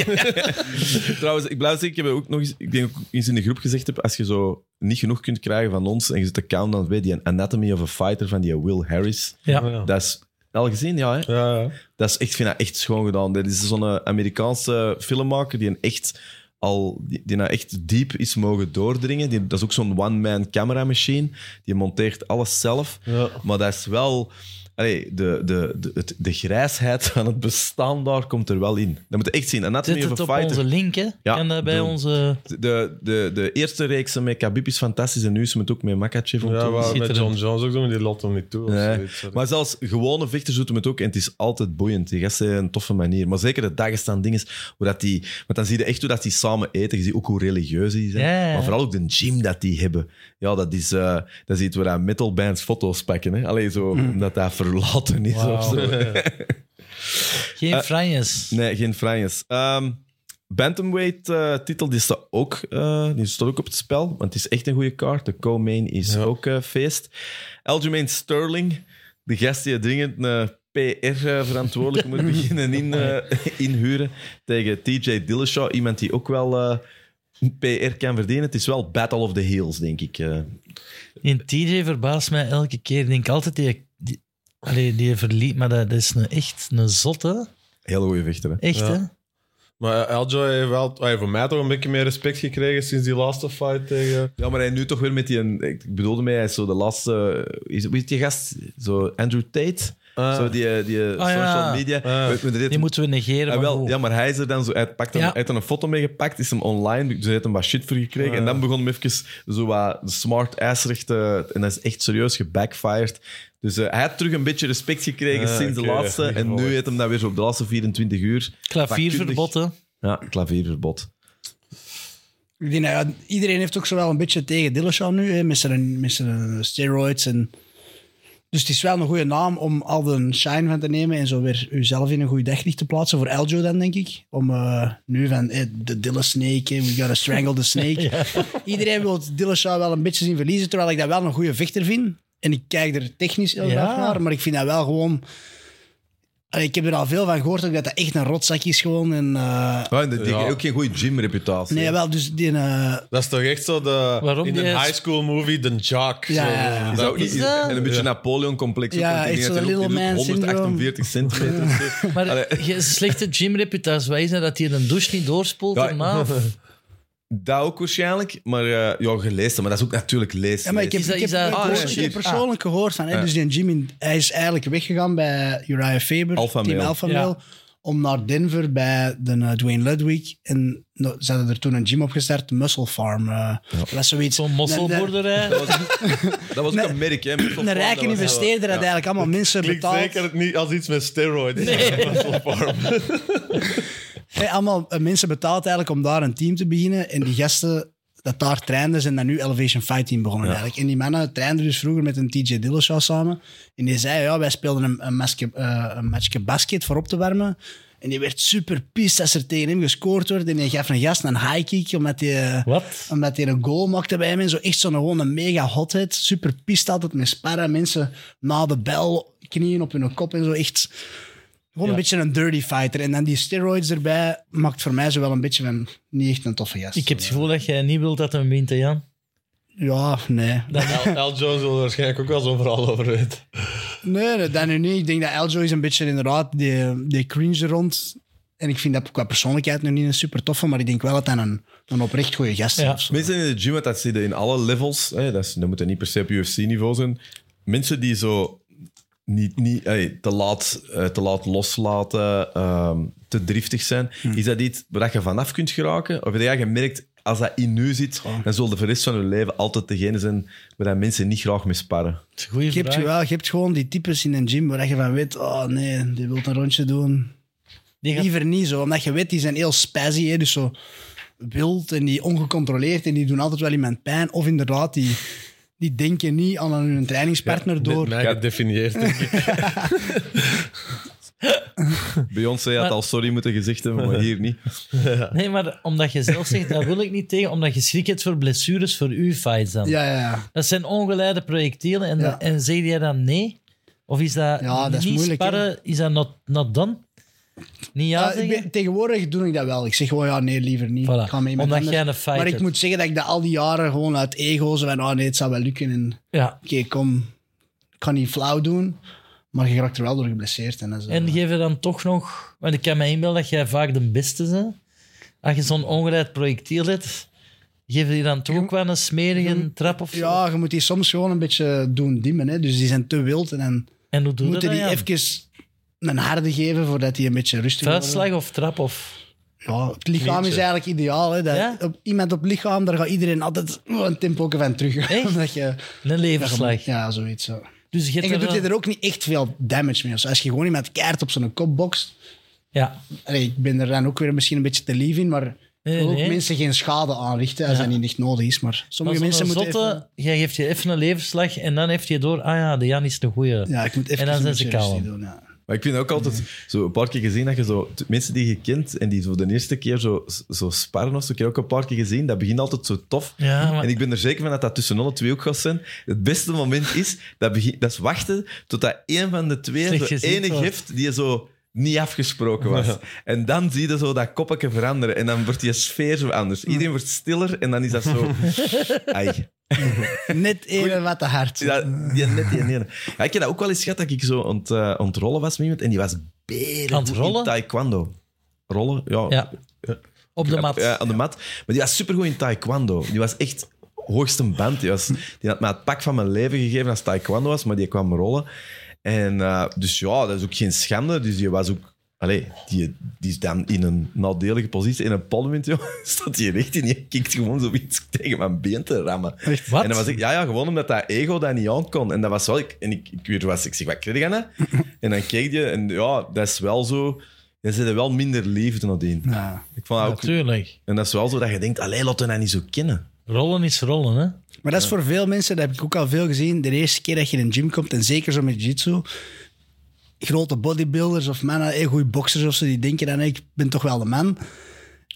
Trouwens, ik blijf zeggen, ik heb ook nog eens, ik denk ook eens in de groep gezegd heb, als je zo niet genoeg kunt krijgen van ons en je zit de countdown bij die Anatomy of a Fighter van die Will Harris,
ja.
dat is al gezien, ja. Hè?
Ja, ja.
Dat is echt, ik vind dat echt schoon gedaan. Dat is zo'n eh, Amerikaanse filmmaker die een echt al die, die nou echt diep is mogen doordringen. Die, dat is ook zo'n one-man camera machine. Die monteert alles zelf.
Ja.
Maar dat is wel. allee, de, de, de, het- de grijsheid van het bestaan daar komt er wel in. Dat moet je echt zien. Anatomy
Zit
of
het
a
op
Fighter.
onze link, hè?
Ja,
en eh, bij
doe.
onze...
De, de, de eerste reeks met Khabib is fantastisch en nu is het ook met Makachev. om te
Ja,
doen.
waar met
Schitterend.
John Jones ook doen, maar die lot hem niet toe. of
Nee.
zoiets.
Maar zelfs gewone vechters doen het ook en het is altijd boeiend. Die gasten hebben een toffe manier. Maar zeker de Dagestan dingen, hoe dat die... Want dan zie je echt hoe dat die samen eten. Je ziet ook hoe religieus die zijn.
Ja, ja, ja.
Maar vooral ook de gym dat die hebben. Ja, dat is... eh dat is iets waar dat metal bands foto's pakken. Hè? Alleen zo, omdat dat verlaten is of zo.
eh, Geen franjes.
Eh, Nee, geen Franjes. Ehm, Bantamweight eh, titel, die staat ook, eh, die staat ook op het spel. Want het is echt een goede kaart. De co-main is ook eh, feest. Aljamain Sterling, de gast die dringend een PR-verantwoordelijk moet beginnen in, eh, inhuren. Tegen TJ Dillashaw, iemand die ook wel eh, PR kan verdienen. Het is wel Battle of the Heels, denk ik. eh.
In TJ verbaast mij elke keer. Ik denk altijd die... die Allee, die verliet, maar dat, dat is een, echt een zotte.
hele goede vechter. Hè?
Echt,
Ja.
hè?
Maar eh, Aljo heeft wel, ah, voor mij toch een beetje meer respect gekregen sinds die laatste fight tegen...
Ja, maar hij nu toch weer met die... een- Ik bedoelde mij, hij is zo de laatste... eh, Is, wie is die gast? Zo Andrew Tate?
Ah.
Zo die, eh, die social
ja.
media.
Ah.
Weet je, dit-
Die moeten we negeren.
Ah,
maar
wel,
goed.
ja, maar hij is er dan zo... Hij pakt hem,
Ja.
hij heeft er een foto mee gepakt, is hem online, dus hij heeft hem wat shit voor gekregen. En dan begon hem even zo wat smart ass rechten... En dat is echt serieus gebackfired. Dus eh, hij had terug een beetje respect gekregen
Ah,
sinds
oké,
de laatste.
niet
En nu
gevolgd.
heeft hem dat weer zo op de laatste 24 uur.
Klavierverbod, hè?
Ja, klavierverbod.
Ik denk, dat- ja, iedereen heeft ook zo wel een beetje tegen Dillashaw nu, hè, met, zijn, met zijn eh, steroids. En... Dus het is wel een goede naam om al de shine van te nemen en zo weer uzelf in een goed daglicht te plaatsen. Voor Eljo dan, denk ik. Om eh, nu van eh, de Dilla Snake, hè, we gotta strangle the snake. Iedereen wil Dillashaw wel een beetje zien verliezen, terwijl ik dat wel een goede vechter vind. En ik kijk er technisch heel
Ja.
graag naar, maar ik vind dat wel gewoon... Allee, ik heb er al veel van gehoord, ook dat dat echt een rotzak is gewoon. En, eh,
Ja, en die- die
Ja.
heeft ook geen goede gymreputatie.
nee, wel, dus die... eh,
Dat is toch echt zo de...
Waarom
in
die
een
is-
high school movie, de
Ja,
jock. zo.
ja, ja.
Is dat ook
Is
niet-
dat-
En een beetje Napoleon-complex. ook,
Ja,
want ik
echt
denk
zo'n
dat hij ook-
little
die doet
man syndroom.
148 centimeter. of zo.
Maar je slechte gymreputatie, wij zijn dat hij een douche niet doorspoelt
Ja.
erna.
dat ook waarschijnlijk. Maar eh, ja, gelezen. Maar dat is ook natuurlijk lezen.
Ja, maar ik heb,
Is dat-
ik heb,
is dat-
ik
ah,
heb-
ja,
ik heb
hier.
persoonlijk gehoord van, hè, dus die Jimmy, hij is eigenlijk weggegaan bij Uriah Faber,
Alpha
team
Male.
Alpha
Ja.
Male, om naar Denver bij de, eh, Dwayne Ludwig. En nou, ze hadden er toen een gym opgestart, Muscle Farm. eh, Dat was zoiets.
Zo'n
Een-
mosselboerderij.
Dat was, dat was ook een merk, hè.
Een, een rijke investeerder had eigenlijk allemaal mensen
Klinkt
betaald.
zeker niet als iets met steroids. Muscle farm.
Hey, allemaal eh, mensen betaald eigenlijk om daar een team te beginnen. En die gasten dat daar trainden, zijn dan nu Elevation Fight Team begonnen eigenlijk. En die mannen trainden dus vroeger met een TJ Dillashaw samen. En die zei, ja, wij speelden een, een, maske- eh, een matchje basket voor op te warmen. En die werd super pissed als er tegen hem gescoord werd. En die gaf een gast een high kick, omdat hij... eh,
Wat?
Omdat hij een goal maakte bij hem en zo echt zo'n gewoon een mega hothead. Super pist altijd met sparren. Mensen na de bel, knieën op hun kop en zo. Echt gewoon een beetje een dirty fighter. En dan die steroids erbij maakt voor mij zo wel een beetje van niet echt een toffe gast.
Ik heb het gevoel dat jij niet wilt dat hem wint, hè, Jan.
Ja, nee.
Al, Al Jones wil er waarschijnlijk ook wel zo'n verhaal over weten.
Nee, nee, dat nu niet. Ik denk dat Eljo is een beetje inderdaad die, die cringe rond. En ik vind dat qua persoonlijkheid nu niet een super toffe, maar ik denk wel dat hij een, een oprecht goede gast is.
Ja.
of zo.
Mensen in de gym, want dat zitten in alle levels. Hè, dat, is, dat moet dan niet per se op UFC-niveau zijn. Mensen die zo niet, niet, hey, te, laat, eh, te laat loslaten, ehm, te driftig zijn. Is dat iets waar je vanaf kunt geraken? Of heb jij gemerkt, als dat in u zit, dan zullen de voor de rest van hun leven altijd degene zijn waar dat mensen niet graag mee sparren.
Dat is een goeie
Je hebt,
vraag.
wel, je hebt gewoon die types in een gym waar je van weet, oh nee, die wilt een rondje doen.
Die gaat-
Liever niet zo, omdat je weet, die zijn heel spazzy, hè, dus zo wild en die ongecontroleerd en die doen altijd wel iemand pijn. Of inderdaad, die, die denken niet aan hun trainingspartner door.
Net mij gedefinieerd. denk ik.
Beyoncé had
Maar-
al sorry moeten gezegd hebben, maar hier niet.
Nee, maar omdat je zelf zegt, dat wil ik niet tegen, omdat je schrik hebt voor blessures voor uw fights dan.
Ja, ja, ja.
Dat zijn ongeleide projectielen en,
Ja.
en zeg jij dan nee? Of is dat,
Ja, dat is
niet
moeilijk, hè.
sparren, is dat not, not done? Niet ja,
Ja, ik
zeggen?
ben- tegenwoordig doe ik dat wel. Ik zeg gewoon, ja, nee, liever niet.
Voilà.
Ik ga mee met
Omdat
anders.
jij een fight
Maar ik
hebt.
moet zeggen dat ik dat al die jaren gewoon uit ego zo van, oh nee, het zou wel lukken. En
Ja.
oké, kom, ik ga niet flauw doen. Maar je raakt er wel door geblesseerd. En, dat is, eh,
En geef je dan toch nog... Want ik kan me inbeelden dat jij vaak de beste bent. Als je zo'n ongeleid projectiel hebt, geef je die dan toch ook wel een smerige trap of zo?
ja, je moet die soms gewoon een beetje doen dimmen. Hè. Dus die zijn te wild. En dan
En hoe doe je dat
moeten
dan?
die
Jan?
even een harde geven voordat die een beetje rustig
Vuistslag of trap of...
Ja, het lichaam is
Knietje.
eigenlijk ideaal. Hè? Dat,
Ja?
op, iemand op lichaam, daar gaat iedereen altijd oh, een tempo van terug.
Echt?
Omdat je,
Een leverslag.
ja, zoiets. Zo.
Dus je hebt
En je
er
doet
wel-
je er ook niet echt veel damage mee. of zo. Als je gewoon iemand keihard op zijn kop bokst.
Ja.
Allee, ik ben er dan ook weer misschien een beetje te lief in, maar ik
Nee,
wil ook
nee.
mensen geen schade aanrichten als
Ja.
dat niet echt nodig is. Maar sommige
Maar
mensen
zo'n
moeten
zotte,
even-
jij geeft je even een leverslag en dan heeft je door, ah ja, de Jan is de goeie.
ja, ik moet even
En dan
een
zijn ze
beetje rustig
kalm.
doen. Ja.
Maar ik vind ook altijd zo een paar keer gezien dat je zo t- mensen die je kent en die zo de eerste keer zo, zo sparren of zo, ik heb ook een paar keer gezien, dat begint altijd zo tof.
Ja, maar-
En ik ben er zeker van dat dat tussen alle twee ook gaat zijn. Het beste moment is, dat, begint, dat is wachten totdat één van de twee
Slecht
zo
gezien
ene
wordt.
gift die zo niet afgesproken was. En dan zie je zo dat koppetje veranderen en dan wordt die sfeer zo anders. Iedereen wordt stiller en dan is dat zo... Ai,
Net even wat te hard.
ja, die net die ene. Ja, ik heb dat ook wel eens gehad dat ik zo aan het eh, aan het rollen was met iemand en die was beren
Aan het rollen?
in taekwondo. Rollen? Ja.
Ja. Op de mat.
Ja, aan de mat. Maar die was supergoed in taekwondo. Die was echt hoogste band. Die, was, die had mij het pak van mijn leven gegeven als taekwondo was, maar die kwam rollen. En eh, dus ja, dat is ook geen schande. Dus die was ook... Allee, die, die is dan in een nadelige positie, in een palmwind, joh. Staat die recht in, die kikt gewoon zoiets tegen mijn been te rammen.
Echt?
Wat?
En dan was ik, ja, ja, gewoon omdat dat ego dat niet aan kon. En dat was wel, ik, en ik, ik, weet was, ik zeg, wat kreeg je dan? En dan keek je, en ja, dat is wel zo, dan zit er wel minder liefde naar in.
Ja.
Ik vond dat ook,
Natuurlijk.
en dat is wel zo dat je denkt, allee, laten we dat niet zo kennen.
Rollen is rollen, hè.
Maar dat is voor veel mensen, dat heb ik ook al veel gezien. De eerste keer dat je in een gym komt, en zeker zo met jiu-jitsu. Grote bodybuilders of mannen, heel goede boxers of zo, die denken dan, ik ben toch wel de man.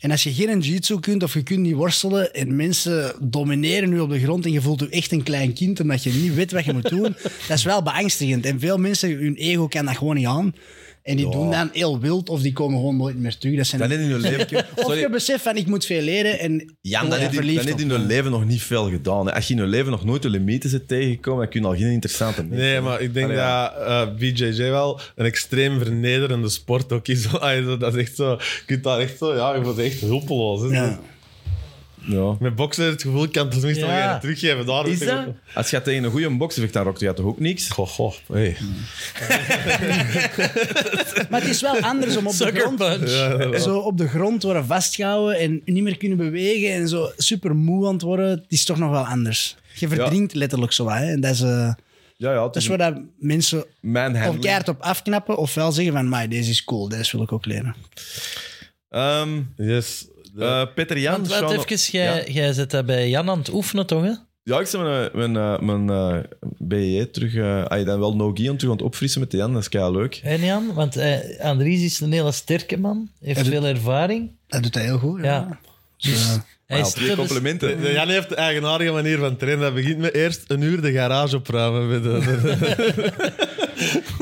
En als je geen jiu-jitsu kunt of je kunt niet worstelen en mensen domineren u op de grond en je voelt je echt een klein kind omdat je niet weet wat je moet doen, dat is wel beangstigend. En veel mensen, hun ego kan dat gewoon niet aan. En die doen dan heel wild of die komen gewoon nooit meer terug. Dat zijn
Dat is in je leven...
of je
Sorry,
beseft van, ik moet veel leren en
Jan, dat
je wordt
heeft in-
verliefd
dat heeft
op
in je
me.
leven nog niet veel gedaan. hè. Als je in je leven nog nooit de limieten zit tegengekomen, dan kun je al geen interessante mensen
Nee, maar ik denk
Allee, ja.
dat eh, BJJ wel een extreem vernederende sport ook is. Ah, zo, dat is echt zo. Je kunt daar echt zo. Ja, je wordt echt hulpeloos. hè.
Ja.
Ja.
Met boksen heb je het gevoel, ik kan het tenminste
Ja.
nog even teruggeven. Daar
Is
word ik
dat?
ook-
Als je tegen een goede bokser vecht, dan rokte je toch ook niks?
Goh, goh. Hey.
Maar het is wel anders om op de
Sucker
grond...
punch.
Zo op de grond worden vastgehouden en niet meer kunnen bewegen en zo super moe aan het worden, het is toch nog wel anders. Je verdrinkt letterlijk zo wat. Hè? En dat is, eh,
Ja, ja, het
dat
is
is waar dat mensen of
manhandling.
keihard op afknappen ofwel zeggen van, maar deze is cool, deze wil ik ook leren.
Ehm,
Yes. De-
eh, Peter Jan,
Want
Sean-
wat even, jij,
Ja.
jij zit daar bij Jan aan het oefenen, toch? Hè?
Ja, ik ben mijn, mijn, eh, mijn eh, BE terug. eh, ah, je dan wel Nogi aan terug aan het opfrissen met de Jan, dat is kei leuk.
Hè, Jan? Want eh, Andries is een hele sterke man, heeft
Hij doet-
veel ervaring.
Dat doet hij heel goed. Ja.
Ja.
Dus, eh,
Hij
Wauw,
is
twee
te bes-
complimenten.
de Jan heeft een eigenaardige manier van trainen. Dat begint met eerst een uur de garage opruimen. Met de,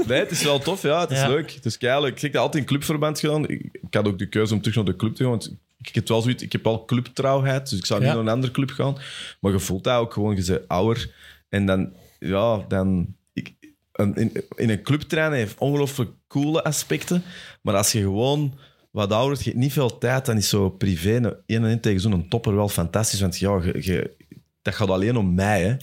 Nee, het is wel tof, ja. Het is
Ja.
leuk. Het is kei leuk. Ik heb dat altijd in clubverband gedaan. Ik, ik had ook de keuze om terug naar de club te gaan, want ik heb wel zoiets... Ik heb al clubtrouwheid, dus ik zou niet
Ja.
naar een andere club gaan. Maar je voelt dat ook gewoon, je bent ouder. En dan, ja, dan... Ik, een- in, in een club trainen heeft ongelooflijk coole aspecten. Maar als je gewoon wat ouder bent, je hebt niet veel tijd, dan is zo privé een één en één tegen zo'n topper wel fantastisch. Want ja, je- je- dat gaat alleen om mij, hè.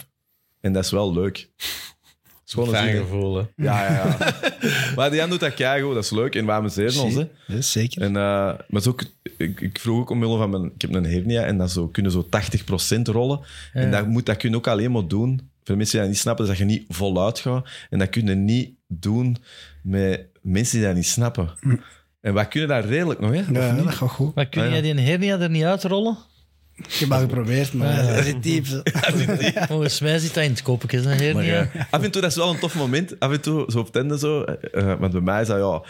En dat is wel leuk. Het is gewoon een
Fijn
zin-
gevoel, hè.
ja, ja, ja. maar die Jan doet dat keigoed, dat is leuk. En we amuseren ons, hè.
ja, zeker.
En, eh, maar het is ook, ik, ik vroeg ook omwille van mijn... Ik heb een hernia en dat zo, kunnen zo 80% rollen. En dat, moet, dat kun je ook alleen maar doen. Voor de mensen die dat niet snappen, is dat je niet voluit gaat. En dat kun je niet doen met mensen die dat niet snappen. En wij kunnen dat redelijk nog, hè?
Ja, dat gaat goed.
Maar kun
Ah, ja.
jij die hernia er niet uitrollen?
Ik heb al geprobeerd, maar
Ja.
dat is diep.
Volgens mij zit dat in het kopje, hè, heer.
Maar eh,
niet, hè?
ja, af en toe, dat is wel een tof moment. Af en toe, zo op tende zo. eh, eh, want bij mij is dat, ja...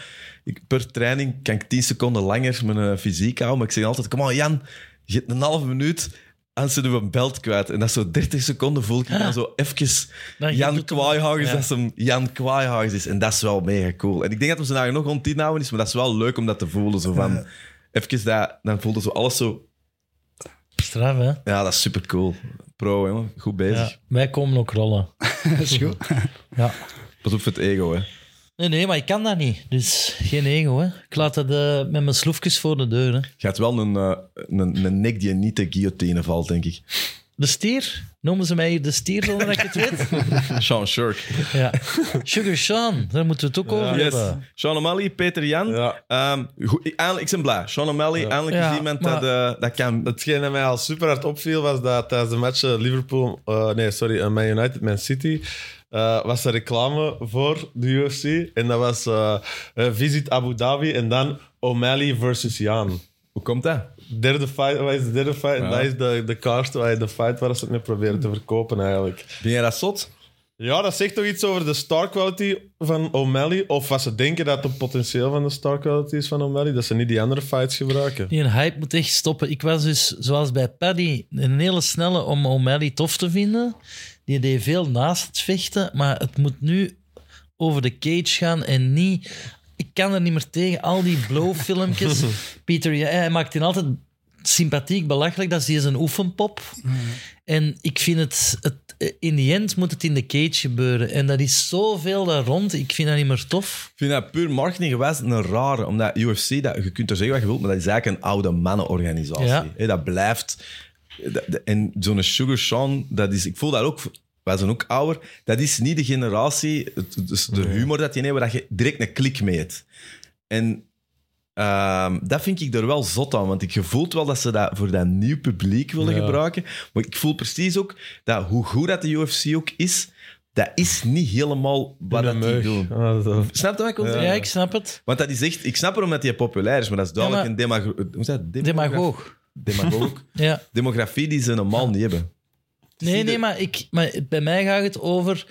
Ik, per training kan ik tien seconden langer mijn eh, fysiek houden. Maar ik zeg altijd, kom aan Jan, je hebt een halve minuut... Anders doen we een belt kwijt. En dat is zo 30 seconden voel ik me dan zo even
Dan je
Jan
doet hem-
Kwaaihagens,
ja.
dat ze hem Jan Kwaaihagens is. En dat is wel mega cool. En ik denk dat we ze nou nog ontien houden is, maar dat is wel leuk om dat te voelen. Zo van, even dat, dan voelde zo alles zo...
Straf, hè?
Ja, dat is super cool. Pro, jongen. Goed bezig.
Ja. Wij komen ook rollen.
Dat is goed.
Ja.
Pas op voor het ego, hè.
Nee, nee, maar ik kan dat niet. Dus geen ego, hè. Ik laat dat eh, met mijn sloefjes voor de deur, hè.
Je hebt wel een, eh, een, een nek die niet de guillotine valt, denk ik.
De stier? Noemen ze mij hier de stier, zonder dat ik het weet?
Sean Shirk.
Ja. Sugar Sean, daar moeten we het ook over
Yes.
hebben.
Sean O'Malley, Peter Jan.
Ja.
Ehm, goed, ik, eindelijk, ik ben blij. Sean O'Malley, eindelijk
Ja,
is iemand
maar-
dat, eh, dat kan. Dat,
Hetgeen dat mij al super hard opviel was dat tijdens de match eh, Liverpool, eh, nee, sorry, eh, Man United, Man City, eh, was er reclame voor de UFC. En dat was eh, eh, Visit Abu Dhabi en dan O'Malley versus Jan.
hoe komt dat?
Derde fight, wat is de derde fight? En
Ja.
dat is de, de kaart waar je de fight waar ze het mee proberen te verkopen eigenlijk.
Ben jij dat zot?
Ja, dat zegt toch iets over de star quality van O'Malley? Of wat ze denken dat het potentieel van de star quality is van O'Malley, dat ze niet die andere fights gebruiken.
Die hype moet echt stoppen. Ik was dus, zoals bij Paddy, een hele snelle om O'Malley tof te vinden. Die deed veel naast het vechten, maar het moet nu over de cage gaan en niet... Ik kan er niet meer tegen. Al die blow-filmpjes. Peter, ja, hij maakt die altijd sympathiek, belachelijk. Dat is die zijn oefenpop. En ik vind het, het... In die end moet het in de cage gebeuren. En dat is zoveel daar rond. Ik vind dat niet meer tof.
Ik vind dat puur marketing geweest een rare. Omdat UFC, dat, je kunt er zeggen wat je wilt, maar dat is eigenlijk een oude mannenorganisatie.
Ja.
Hè, dat blijft. dat- dat- en zo'n Sugar Sean, dat is, ik voel dat ook. Wij zijn ook ouder. Dat is niet de generatie, het, dus de humor dat je neemt, waar je direct een klik mee hebt. En ehm, dat vind ik er wel zot aan, want ik voelt wel dat ze dat voor dat nieuw publiek willen gebruiken. Maar ik voel precies ook dat hoe goed dat de UFC ook is, dat is niet helemaal wat dat die doen.
Ah, zo.
Snap je wat ik wil
Ja,
zeggen?
ik snap het.
Want dat is echt... Ik snap erom dat hij populair is, maar dat is duidelijk
Ja,
een demago eh, hoe is dat? Demogra-
Demagoog.
demagoog.
Ja.
Demografie die ze normaal niet hebben.
Nee,
Zie
nee,
de-
maar, ik, maar bij mij gaat het over...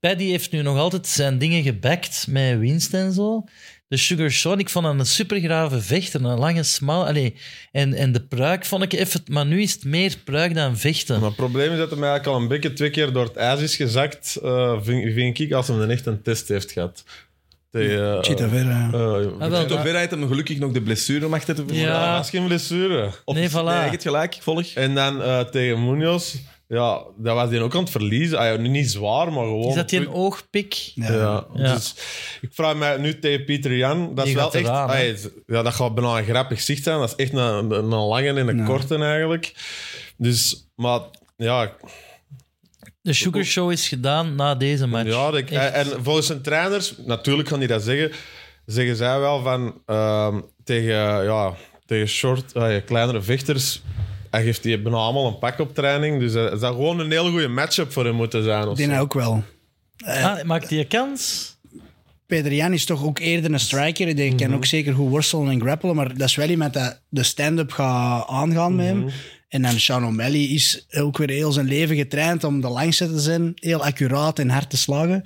Paddy heeft nu nog altijd zijn dingen gebackt met winst en zo. De Sugar Sean, ik vond hem een supergrave vechter. Een lange, smal... Allee, en, en de pruik vond ik even... Maar nu is het meer pruik dan vechten.
Maar het probleem is dat hij mij eigenlijk al een beetje twee keer door het ijs is gezakt, eh, vind, vind ik, als hij dan echt een test heeft gehad. Tegen, eh,
Cheetah Vera, ja.
eh,
Ah, wel.
Toch weer heeft hem gelukkig nog de blessure om achter te vervoeren.
Ja.
ja, dat is geen blessure.
nee, voilà.
Nee, je hebt gelijk, ik volg.
En dan eh, tegen Munoz, ja, dat was hij ook aan het verliezen. Ah, ja, nu niet zwaar, maar gewoon...
is dat die een oogpik?
Ja.
Ja.
Ja.
Dus ik vraag mij nu tegen Pieter Jan. Dat
Die
is wel
gaat
echt.
eraan, hè?
ah, het- ja, dat gaat bijna een grappig zicht zijn. Dat is echt een, een lange en een korte eigenlijk. Dus, maar ja,
De Sugar Show is gedaan na deze match.
ja ik,
Echt.
en, en volgens zijn trainers, natuurlijk gaan die dat zeggen, zeggen zij wel van ehm, tegen, ja, tegen short, eh, kleinere vechters. Hij geeft die bijna allemaal een pak op training. Dus dat dat zou gewoon een heel goede matchup voor hem moeten zijn.
Ik
Of
denk
zo.
dat ook wel.
eh,
Ah, maakt die een kans?
Peter Jan is toch ook eerder een striker. Die kan
Mhm.
ook zeker goed worstelen en grappelen. Maar dat is wel iemand dat de stand-up gaat aangaan met
Mhm.
hem. En dan Sean O'Malley is ook weer heel zijn leven getraind om de langste te zijn. Heel accuraat en hard te slagen.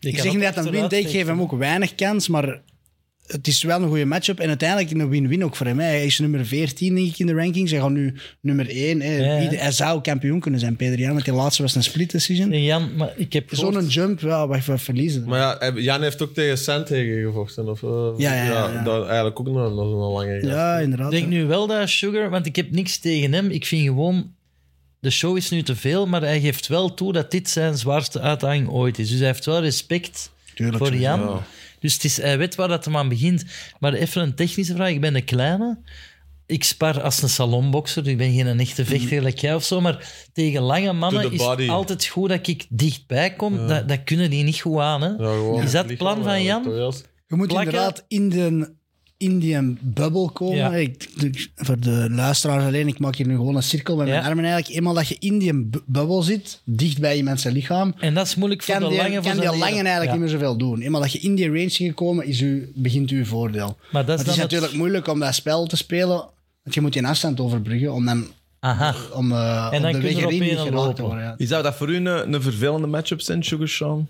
ik
kan
zeg niet dat
ook
hij wint. hè. Ik
achteruit
geef hem ook weinig kans. Maar het is wel een goede matchup. En uiteindelijk een win-win ook voor hem. hè. Hij is nummer 14 denk ik, in de rankings. Hij gaat nu nummer 1. Hè.
Ja, ja.
Ieder- Hij zou kampioen kunnen zijn, Peter Jan. Want die laatste was een split decision.
Nee, Jan, maar ik heb gehoord-
Zo'n jump, ja, wat wat verliezen.
Maar ja, heb- Jan heeft ook tegen Sandhagen gevochten. Of, eh,
Ja, ja, ja, ja.
dat- eigenlijk ook nog nog een lange gast.
ja, inderdaad.
Ik denk
hè.
nu wel dat Sugar, want ik heb niks tegen hem. Ik vind gewoon, de show is nu te veel, maar hij geeft wel toe dat dit zijn zwaarste uitdaging ooit is. Dus hij heeft wel respect
Tuurlijk,
voor
sowieso.
Jan. Dus het is, hij weet waar dat hem aan begint. Maar even een technische vraag. Ik ben een kleine. Ik spar als een salonbokser. Ik ben geen echte vechter gelijk jij of zo. Maar tegen lange
To
mannen
the
is het
body.
altijd goed dat ik dichtbij kom. Dat, dat kunnen die niet goed aan. Hè?
Ja, gewoon
is dat
lichaam
het plan van Jan?
eigenlijk, toch, Jas?
Je moet
plakken.
inderdaad in de, in die bubbel komen.
Ja.
Ik, ik- voor de luisteraars alleen, ik maak hier nu gewoon een cirkel met mijn
Ja.
armen eigenlijk. Eenmaal dat je in die bu- bubbel zit, dicht bij iemand zijn lichaam,
En dat is moeilijk voor
kan
de
die,
lange. voor
kan
zijn
die langen
leren.
eigenlijk
Ja.
niet meer zoveel doen. Eenmaal dat je in die range is gekomen, is u, begint uw voordeel.
Maar dat is
het is
dan het-
natuurlijk moeilijk om dat spel te spelen, want je moet die afstand overbruggen om dan
Aha.
om eh,
En dan
op de
kun je
weg
er op
erin niet
één
geraakt te
lopen.
worden. Ja.
Is dat, dat voor u een, een vervelende matchup zijn, Sugar Sean?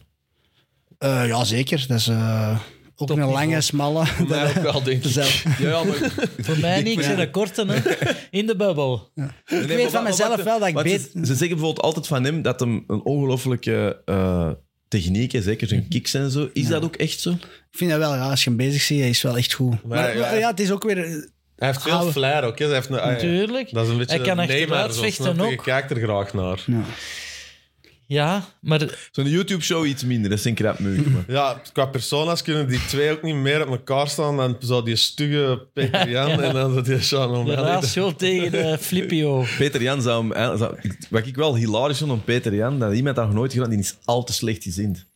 Eh, ja, zeker. Dat is eh, ook een lange, smalle.
Mij ook wel, denk
zelf.
Ja, ja, maar...
Voor mij niet, ik zit een korte hè. in de bubbel.
Ik
weet van mezelf wel dat ik
Ze, ze zeggen bijvoorbeeld altijd van hem dat hem een ongelofelijke eh, techniek heeft, zeker zijn kicks en zo. Is dat ook echt zo?
Ik vind dat wel, ja, als je hem bezig ziet, hij is wel echt goed. Maar,
ja.
maar ja. het is ook weer... eh,
Hij heeft veel
Oude-
flair ook. hè. Hij heeft een, ah, ja.
Natuurlijk.
Dat is een beetje
Hij kan
een
achteruit
Neymar, zo,
vechten
snap je? Je
ook.
kijkt er graag naar.
Ja.
Ja, maar
Zo'n YouTube-show iets minder, dat is een krap meuk, maar-
Ja, qua persona's kunnen die twee ook niet meer op elkaar staan dan zo die stugge Peter Jan en dan zo die Sean
de
O'Malley.
ratio tegen eh, Flippio.
Peter Jan zou hem... eh, zou- wat ik wel hilarisch vond om Peter Jan, dat iemand dat nog nooit gedaan, die is al te slecht gezind.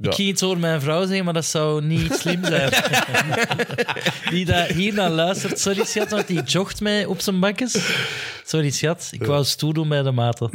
Ik ging iets over mijn vrouw zeggen, maar dat zou niet slim zijn. die dat hier naar luistert. Sorry, schat, want die jogt mij op zijn bakjes. Sorry, schat. Ik wou stoer doen bij de maten.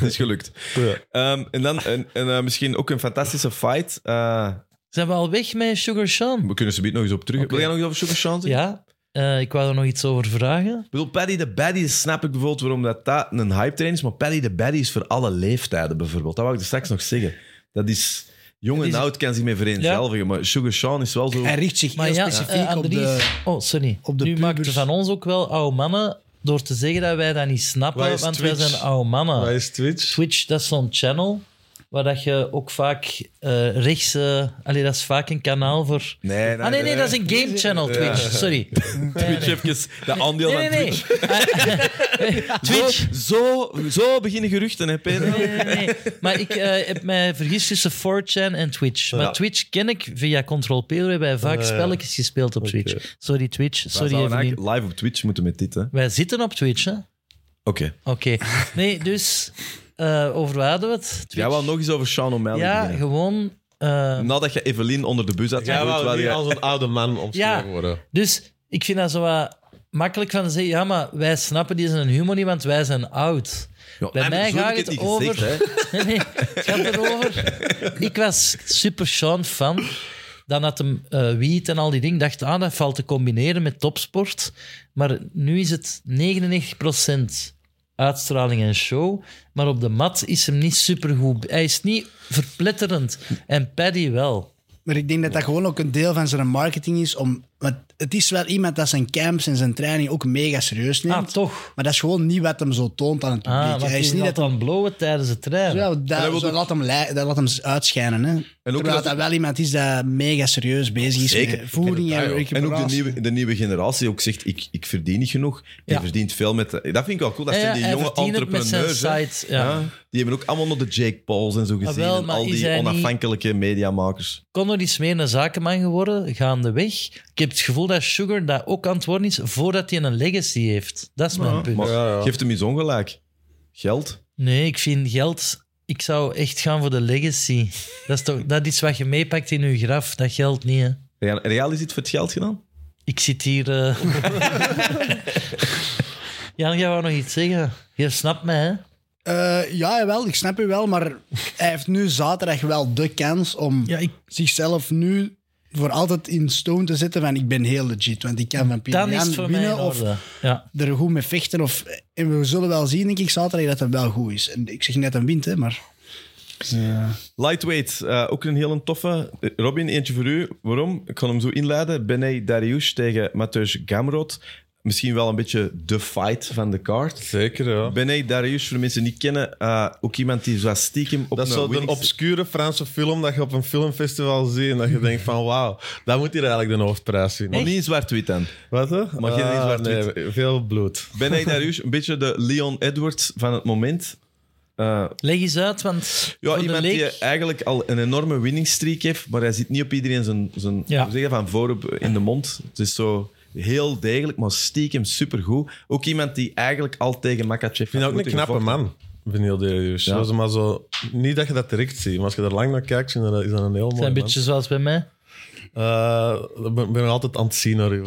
Dat is gelukt.
Ja.
Ehm, en dan en, en, eh, misschien ook een fantastische fight. Eh,
Zijn we al weg met Sugar Sean?
we kunnen ze nog eens op terug. Wil jij nog iets over Sugar Sean zeggen?
Ja, eh, ik wou er nog iets over vragen.
Ik bedoel, Paddy de Baddy snap ik bijvoorbeeld waarom dat, dat een hype train is. Maar Paddy de Baddy is voor alle leeftijden bijvoorbeeld. Dat wou ik er straks nog zeggen. Dat is... Jong en
Het is-
oud kan zich mee vereenzelvigen, maar Sugar Sean is wel zo...
Hij richt zich
Maar
heel
ja,
specifiek
eh,
op
Andries-
de...
Oh, sorry.
op de
nu
pubers.
maakt van ons ook wel oude mannen door te zeggen dat wij dat niet snappen,
Wat is
want wij
Twitch?
zijn oude mannen.
Wat is Twitch?
Twitch, dat is zo'n channel waar dat je ook vaak eh rechts... eh, allee, dat is vaak een kanaal voor...
Nee, nee,
ah, nee, nee, dat is een game channel, Twitch. Sorry.
Twitch even, dat aandeel
Nee, nee,
van
nee.
Twitch.
Ah, Twitch.
Zo, zo, zo beginnen geruchten, hè, Peter?
Nee, nee, nee. Maar ik eh, heb mij vergist tussen 4chan en Twitch. Maar
Ja.
Twitch ken ik via Control P. Daar hebben wij vaak
Ah, ja.
spelletjes gespeeld op Twitch. Sorry, Twitch.
Sorry,
Sorry,
we
Evelien.
eigenlijk live op Twitch moeten met dit, hè? Oké.
Wij zitten op Twitch, hè? Oké. Nee, dus eh over waar hadden we het? Twitch.
Jij wou nog eens over Sean O'Malley
Ja,
beginnen.
gewoon. eh,
Nadat je Evelien onder de bus had
Jij
gegooid,
wou
wou
niet
jij-
als een oude man omschreven
Ja.
worden.
dus ik vind dat zo wat makkelijk van te zeggen. Ja, maar wij snappen die zijn humor niet, want wij zijn oud.
Ja,
Bij
en
mij
zo heb
gaat
ik
het
niet
over-
gezegd, hè.
Nee, nee, het gaat erover. Ik was super Sean fan. Dan had hem eh wiet en al die dingen. Dacht, ah, dat valt te combineren met topsport. Maar nu is het 99% uitstraling en show. Maar op de mat is hem niet supergoed. Hij is niet verpletterend. En Paddy wel.
Maar ik denk dat dat gewoon ook een deel van zijn marketing is. Om, want het is wel iemand dat zijn camps en zijn training ook mega serieus neemt.
Ah, toch.
Maar dat is gewoon niet wat hem zo toont aan het publiek.
Ah, maar
hij is niet dat
aan het blowen tijdens het trainen.
Ja, dat,
hij wil
zo
ook-
laat hem, lij- dat laat hem uitschijnen. Hè. Terwijl
dat-
dat, wel iemand is dat mega serieus bezig is
Zeker.
met voeding en
En ook de
recuperatie.
nieuwe, de nieuwe generatie ook zegt, ik, ik verdien niet genoeg. Je
Ja.
verdient veel met... de- Dat vind ik wel cool. Dat
Ja,
zijn
ja,
die
hij
jonge
verdient het met zijn
entrepreneurs. hè.
site, ja.
Die hebben ook allemaal nog de Jake Pauls en zo gezien.
wel,
en
maar
al
is
die
hij niet-
onafhankelijke mediamakers.
Connor is meer een zakenman geworden, gaandeweg. Ik heb het gevoel dat Sugar dat ook aan het worden is voordat hij een legacy heeft. Dat is mijn punt.
Maar
Ja, ja.
geeft hem eens ongelijk. Geld.
Nee, ik vind geld... Ik zou echt gaan voor de legacy. Dat is, toch, dat is wat je meepakt in je graf. Dat geldt niet, hè.
Real, Real is iets voor het geld gedaan?
Ik zit hier... eh. Jan, jij wou nog iets zeggen. Je snapt mij, hè?
Eh, ja, jawel, ik snap u wel, maar hij heeft nu zaterdag wel de kans om
ik...
zichzelf nu voor altijd in stone te zetten van ik ben heel legit, want ik kan van Pieter
Dan is
Jan
het voor mij in
winnen of
orde. Ja.
er goed mee vechten. Of, en we zullen wel zien, denk ik, zaterdag dat dat wel goed is. En ik zeg net een wint, hè, maar... dus, eh,
Lightweight, eh, ook een hele toffe. Eh, Robin, eentje voor u. Waarom? Ik kan hem zo inleiden. Benay Dariush tegen Mateusz Gamrot. Misschien wel een beetje de fight van de card.
Zeker, ja.
Benay Dariush, voor de mensen die niet kennen, eh, ook iemand die zo stiekem op
Dat is
een
zo'n
winning-
obscure Franse film dat je op een filmfestival ziet en dat je denkt van wauw, dat moet hier eigenlijk de hoofdprijs zien.
Maar niet in zwart-wit dan.
Wat hè?
Maar geen
Ah,
zwart-wit.
nee, veel bloed.
Benay Dariush, een beetje de Leon Edwards van het moment. Eh,
Leg eens uit, want...
ja,
voor de
iemand
leek-
die eigenlijk al een enorme winningstreak heeft, maar hij zit niet op iedereen zijn, zijn
Ja.
hoe zeg je, van voor op- in de mond. Het is zo heel degelijk, maar stiekem supergoed. Ook iemand die eigenlijk al tegen Makachev...
Ik vind dat ook een knappe man, Benil Darius.
Ja.
Ja. Maar zo, niet dat je dat direct ziet, maar als je er lang naar kijkt, vind je dat, is dat een heel mooi
zijn een beetje zoals bij mij.
Eh, Ik ben, ben altijd aan het zien naar u.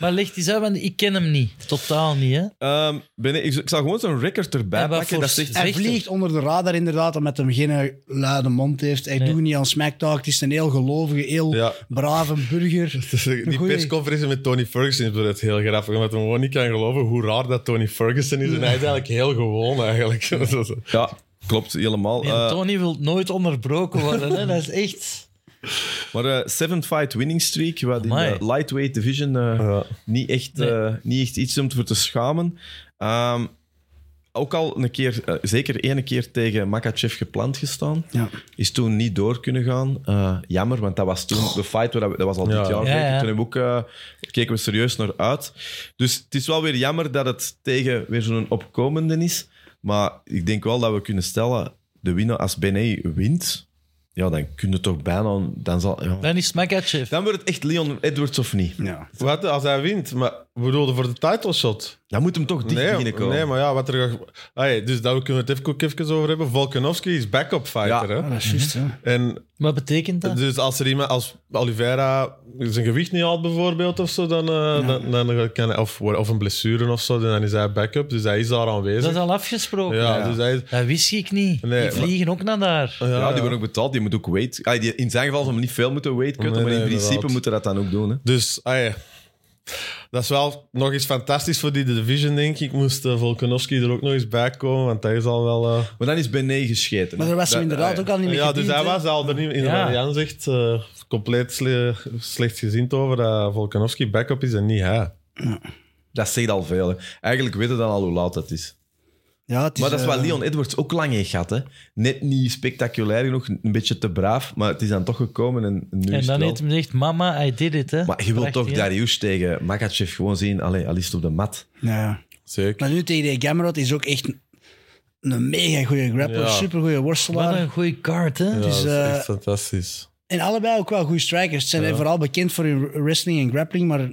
Maar ligt eens uit, want ik ken hem niet. Totaal niet, hè?
Ehm, ben ik, ik zal gewoon zo'n record erbij
Ja, maar
pakken.
voor-
Dat zegt,
Hij
Richter.
vliegt onder de radar inderdaad, omdat hij geen luide mond heeft. Hij
Nee.
doet niet aan smacktalk. Het is een heel gelovige, heel
Ja.
brave burger.
Dus Die
Goeie.
persconferentie met Tony Ferguson is het heel grappig, omdat hij gewoon niet kan geloven hoe raar dat Tony Ferguson is. En hij is eigenlijk heel gewoon, eigenlijk. Zo, zo, zo.
ja, klopt, helemaal.
Nee,
Eh,
Tony wil nooit onderbroken worden, hè? Dat is echt...
maar eh, seven fight winning streak, wat in
Amai.
de lightweight division eh, niet, echt,
Nee.
eh, niet echt iets om voor te schamen. Ehm, ook al een keer, eh, zeker één keer tegen Makachev gepland gestaan.
Ja.
Is toen niet door kunnen gaan. Eh, jammer, want dat was toen
Oh.
de fight, waar we, dat was al
Ja.
dit jaar.
Ja,
zeker.
ja.
Toen hebben we ook, eh, keken we serieus naar uit. Dus het is wel weer jammer dat het tegen weer zo'n opkomende is. Maar ik denk wel dat we kunnen stellen, de winnaar als Benet wint, ja, dan kun je toch bijna... Dan, zal, ja.
Dan is Makachev.
dan wordt het echt Leon Edwards of niet.
Ja.
Wat als hij wint? Maar we bedoelden voor de title shot.
Dan moet hem toch dicht
Nee,
beginnen komen.
nee, maar ja, wat er. gaat- Allee, dus daar kunnen we het even, ook even over hebben. Volkanovski is backup fighter.
Ah,
Hè?
dat is juist, ja.
En
Wat betekent dat?
dus als er iemand als Oliveira zijn gewicht niet haalt, bijvoorbeeld, of zo, dan, eh, dan, dan kan hij, of, of een blessure of zo, dan is hij backup. Dus hij is daar aanwezig.
Dat is al afgesproken.
ja,
ja.
dus hij.
Dat wist ik niet.
Nee,
die
maar-
vliegen ook naar daar.
Ja,
Ja,
ja.
die wordt ook betaald. Die moet ook weight... Ah, die, in zijn geval zal hem niet veel moeten weight cutten,
Nee,
maar in
nee,
principe
inderdaad.
moeten dat dan ook doen. Hè.
Dus, ah ja. Dat is wel nog eens fantastisch voor die division, denk ik. Moest eh, Volkanovski er ook nog eens bij komen, want hij is al wel... eh,
Maar dan is Benet gescheten.
Maar
hè.
er was hem
Dat-
inderdaad
ah,
ook al niet meer
Ja, dus hij was al er niet in
Ja.
wat Jan zegt, eh, compleet sle- slecht gezind over dat Volkanovski backup is en niet hij.
Dat zegt al veel. hè. Eigenlijk weten we dan al hoe laat dat is.
Ja, het is,
maar dat is
eh,
wat Leon Edwards ook lang heeft gehad. Hè. Net niet spectaculair genoeg, een beetje te braaf, maar het is dan toch gekomen en nu is
en
het
dan
wel-
heeft hem gezegd, mama, I did it. Hè.
Maar je wilt
Prachtig,
toch
hè?
Darius tegen Makachev gewoon zien, allee, al is het op de mat.
Ja.
Zeker.
Maar nu tegen die Gamrot is ook echt een- een mega goede grappler,
Ja.
super goede worstelaar.
Wat een goede kaart, hè?
Ja,
dus,
dat is
eh,
echt fantastisch.
En allebei ook wel goede strikers. Ze zijn vooral bekend voor hun wrestling en grappling, maar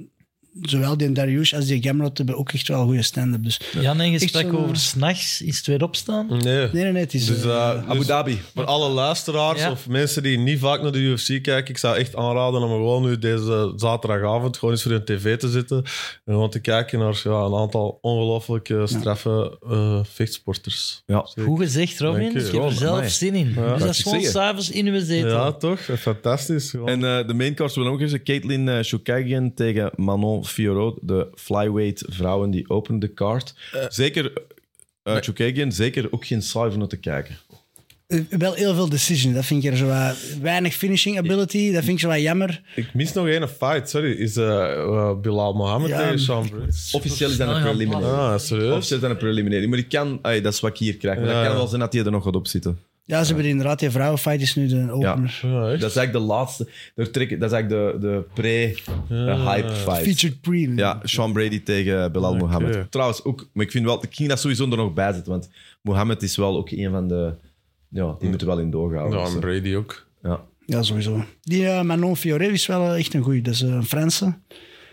zowel die Darius als die Gamrot hebben ook echt wel goede stand-up. Dus
Jan in gesprek
Echt zo'n,
over
eh,
s'nachts, is het weer opstaan?
Nee.
nee, nee, nee, het is...
Dus,
eh,
eh,
Abu
dus
Dhabi.
voor alle luisteraars
Ja.
of mensen die niet vaak naar de UFC kijken, ik zou echt aanraden om gewoon nu deze zaterdagavond gewoon eens voor hun tv te zitten en gewoon te kijken naar ja, een aantal ongelooflijke straffe eh, vechtsporters.
Ja.
Goed gezegd, Robin.
Dank je.
Dus je hebt er
Oh,
zelf
amai.
zin in. Dus dat
Mag
is
ik
gewoon
zeggen?
s'avonds in uw zetel.
Ja, toch? Fantastisch. gewoon.
En eh, de maincard wil ook eens Caitlin eh, Chookagian tegen Manon Fiorot, de flyweight vrouwen die opende de card. zeker, eh Chookagian, zeker ook geen saai van om te kijken.
eh, wel heel veel decision. Dat vind ik er zo wat- weinig finishing ability. Dat vind ik zo wat jammer.
Ik mis nog één fight, sorry. Is eh eh, Bilal Mohammed
Ja,
tegen Sean Briggs?
Officieel is dat een
snel gaan
preliminary.
plannen.
Ah, serieus?
Opzet aan een preliminaire. Maar die kan, ay, dat is wat ik hier krijg. Maar
Ja,
dat kan
ja.
wel zijn dat hij er nog gaat op zitten.
Ja, ze hebben inderdaad, die vrouwenfight is nu de opener.
Ja, Ah, echt?
Dat is eigenlijk de laatste. daar trekken- Dat is eigenlijk de, de
Ah.
pre-hype fight.
Featured pre.
Ja, Sean Brady tegen Belal Mohammed. Trouwens ook, maar ik vind wel, ik ging dat sowieso er nog bij zetten. Want Mohammed is wel ook een van de. Ja, die moeten wel in doorgaan. dus, eh,
Ja, en Brady ook.
Ja.
Ja, sowieso. Die eh, Manon Fiore is wel eh, echt een goeie. Dat is eh, een Franse.